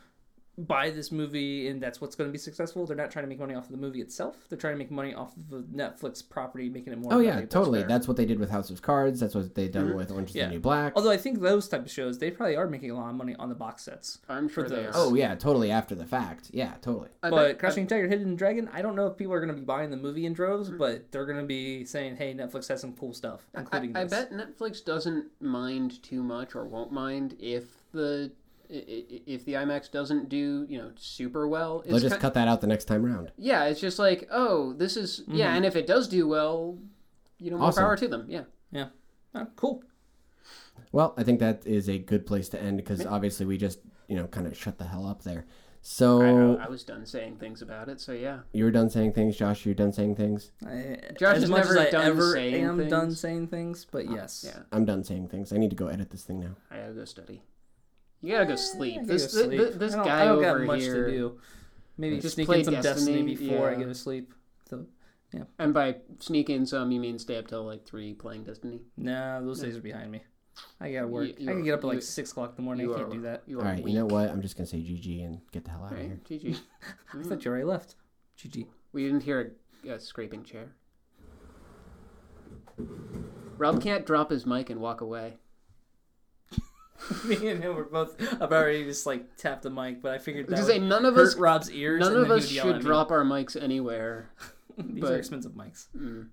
[SPEAKER 3] buy this movie, and that's what's going to be successful. They're not trying to make money off of the movie itself. They're trying to make money off of the Netflix property, making it more.
[SPEAKER 1] Oh yeah,
[SPEAKER 3] valuable.
[SPEAKER 1] totally.
[SPEAKER 3] Fair.
[SPEAKER 1] That's what they did with House of Cards. That's what they've done with Orange is
[SPEAKER 3] Yeah.
[SPEAKER 1] the New Black.
[SPEAKER 3] Although I think those type of shows, they probably are making a lot of money on the box sets.
[SPEAKER 2] I'm sure
[SPEAKER 3] For
[SPEAKER 2] they are.
[SPEAKER 3] those.
[SPEAKER 1] oh yeah, totally after the fact. Yeah, totally.
[SPEAKER 2] I
[SPEAKER 3] but
[SPEAKER 2] bet-
[SPEAKER 3] Crouching Tiger, Hidden Dragon, I don't know if people are going to be buying the movie in droves, but they're going to be saying, "Hey, Netflix has some cool stuff,
[SPEAKER 2] Mm-hmm. I,
[SPEAKER 3] including
[SPEAKER 2] I
[SPEAKER 3] this."
[SPEAKER 2] bet Netflix doesn't mind too much or won't mind if the i- i- if the IMAX doesn't do you know super well. It's
[SPEAKER 1] They'll just
[SPEAKER 2] ki-
[SPEAKER 1] cut that out the next time round.
[SPEAKER 2] yeah, it's just like oh, this is yeah,
[SPEAKER 3] Mm-hmm.
[SPEAKER 2] and if it does do well, you know more
[SPEAKER 1] Awesome.
[SPEAKER 2] power to them. Yeah,
[SPEAKER 3] Yeah. Oh, cool.
[SPEAKER 1] Well, I think that is a good place to end because obviously we just you know kind of shut the hell up there. So
[SPEAKER 2] I, I was done saying things about it, so yeah.
[SPEAKER 1] you were done saying things, Josh. You're done saying things.
[SPEAKER 3] I,
[SPEAKER 2] Josh
[SPEAKER 3] as
[SPEAKER 2] is
[SPEAKER 3] much
[SPEAKER 2] never
[SPEAKER 3] as I
[SPEAKER 2] done
[SPEAKER 3] ever
[SPEAKER 2] saying
[SPEAKER 3] am
[SPEAKER 2] things. Oh,
[SPEAKER 3] done saying things, but yes.
[SPEAKER 2] yeah.
[SPEAKER 1] I'm done saying things. I need to go edit this thing now.
[SPEAKER 2] I gotta go study. You gotta go
[SPEAKER 3] I
[SPEAKER 2] sleep.
[SPEAKER 3] gotta
[SPEAKER 2] This
[SPEAKER 3] go
[SPEAKER 2] thi-
[SPEAKER 3] sleep.
[SPEAKER 2] thi- this
[SPEAKER 3] I don't-
[SPEAKER 2] guy
[SPEAKER 3] I don't got
[SPEAKER 2] over
[SPEAKER 3] much
[SPEAKER 2] here,
[SPEAKER 3] to do. Maybe
[SPEAKER 2] Just
[SPEAKER 3] sneak
[SPEAKER 2] play
[SPEAKER 3] in some
[SPEAKER 2] Destiny,
[SPEAKER 3] Destiny, before
[SPEAKER 2] yeah.
[SPEAKER 3] I go to sleep. So,
[SPEAKER 2] and by sneak in some, you mean stay up till like three playing Destiny.
[SPEAKER 3] nah, those days are behind me. I gotta work.
[SPEAKER 2] you
[SPEAKER 3] I
[SPEAKER 2] are-
[SPEAKER 3] can get up at like
[SPEAKER 2] you-
[SPEAKER 3] six o'clock in the morning.
[SPEAKER 2] you
[SPEAKER 3] I
[SPEAKER 2] are-
[SPEAKER 3] can't do that.
[SPEAKER 2] You
[SPEAKER 1] All
[SPEAKER 2] are
[SPEAKER 1] right,
[SPEAKER 2] weak.
[SPEAKER 1] you know what? I'm just gonna say GG and get the hell out
[SPEAKER 2] All
[SPEAKER 1] of here.
[SPEAKER 2] right, Mm. GG.
[SPEAKER 3] I thought you already left. GG.
[SPEAKER 2] We didn't hear a, a scraping chair. Rob can't drop his mic and walk away.
[SPEAKER 3] me and him were both about ready to just like tap the mic, but I figured that
[SPEAKER 2] Because
[SPEAKER 3] would
[SPEAKER 2] say none of
[SPEAKER 3] hurt
[SPEAKER 2] us,
[SPEAKER 3] Rob's ears.
[SPEAKER 2] none
[SPEAKER 3] and
[SPEAKER 2] of
[SPEAKER 3] then he
[SPEAKER 2] us
[SPEAKER 3] would yell at
[SPEAKER 2] should
[SPEAKER 3] me.
[SPEAKER 2] drop our mics anywhere.
[SPEAKER 3] These
[SPEAKER 2] but-
[SPEAKER 3] are expensive mics.
[SPEAKER 2] Mm.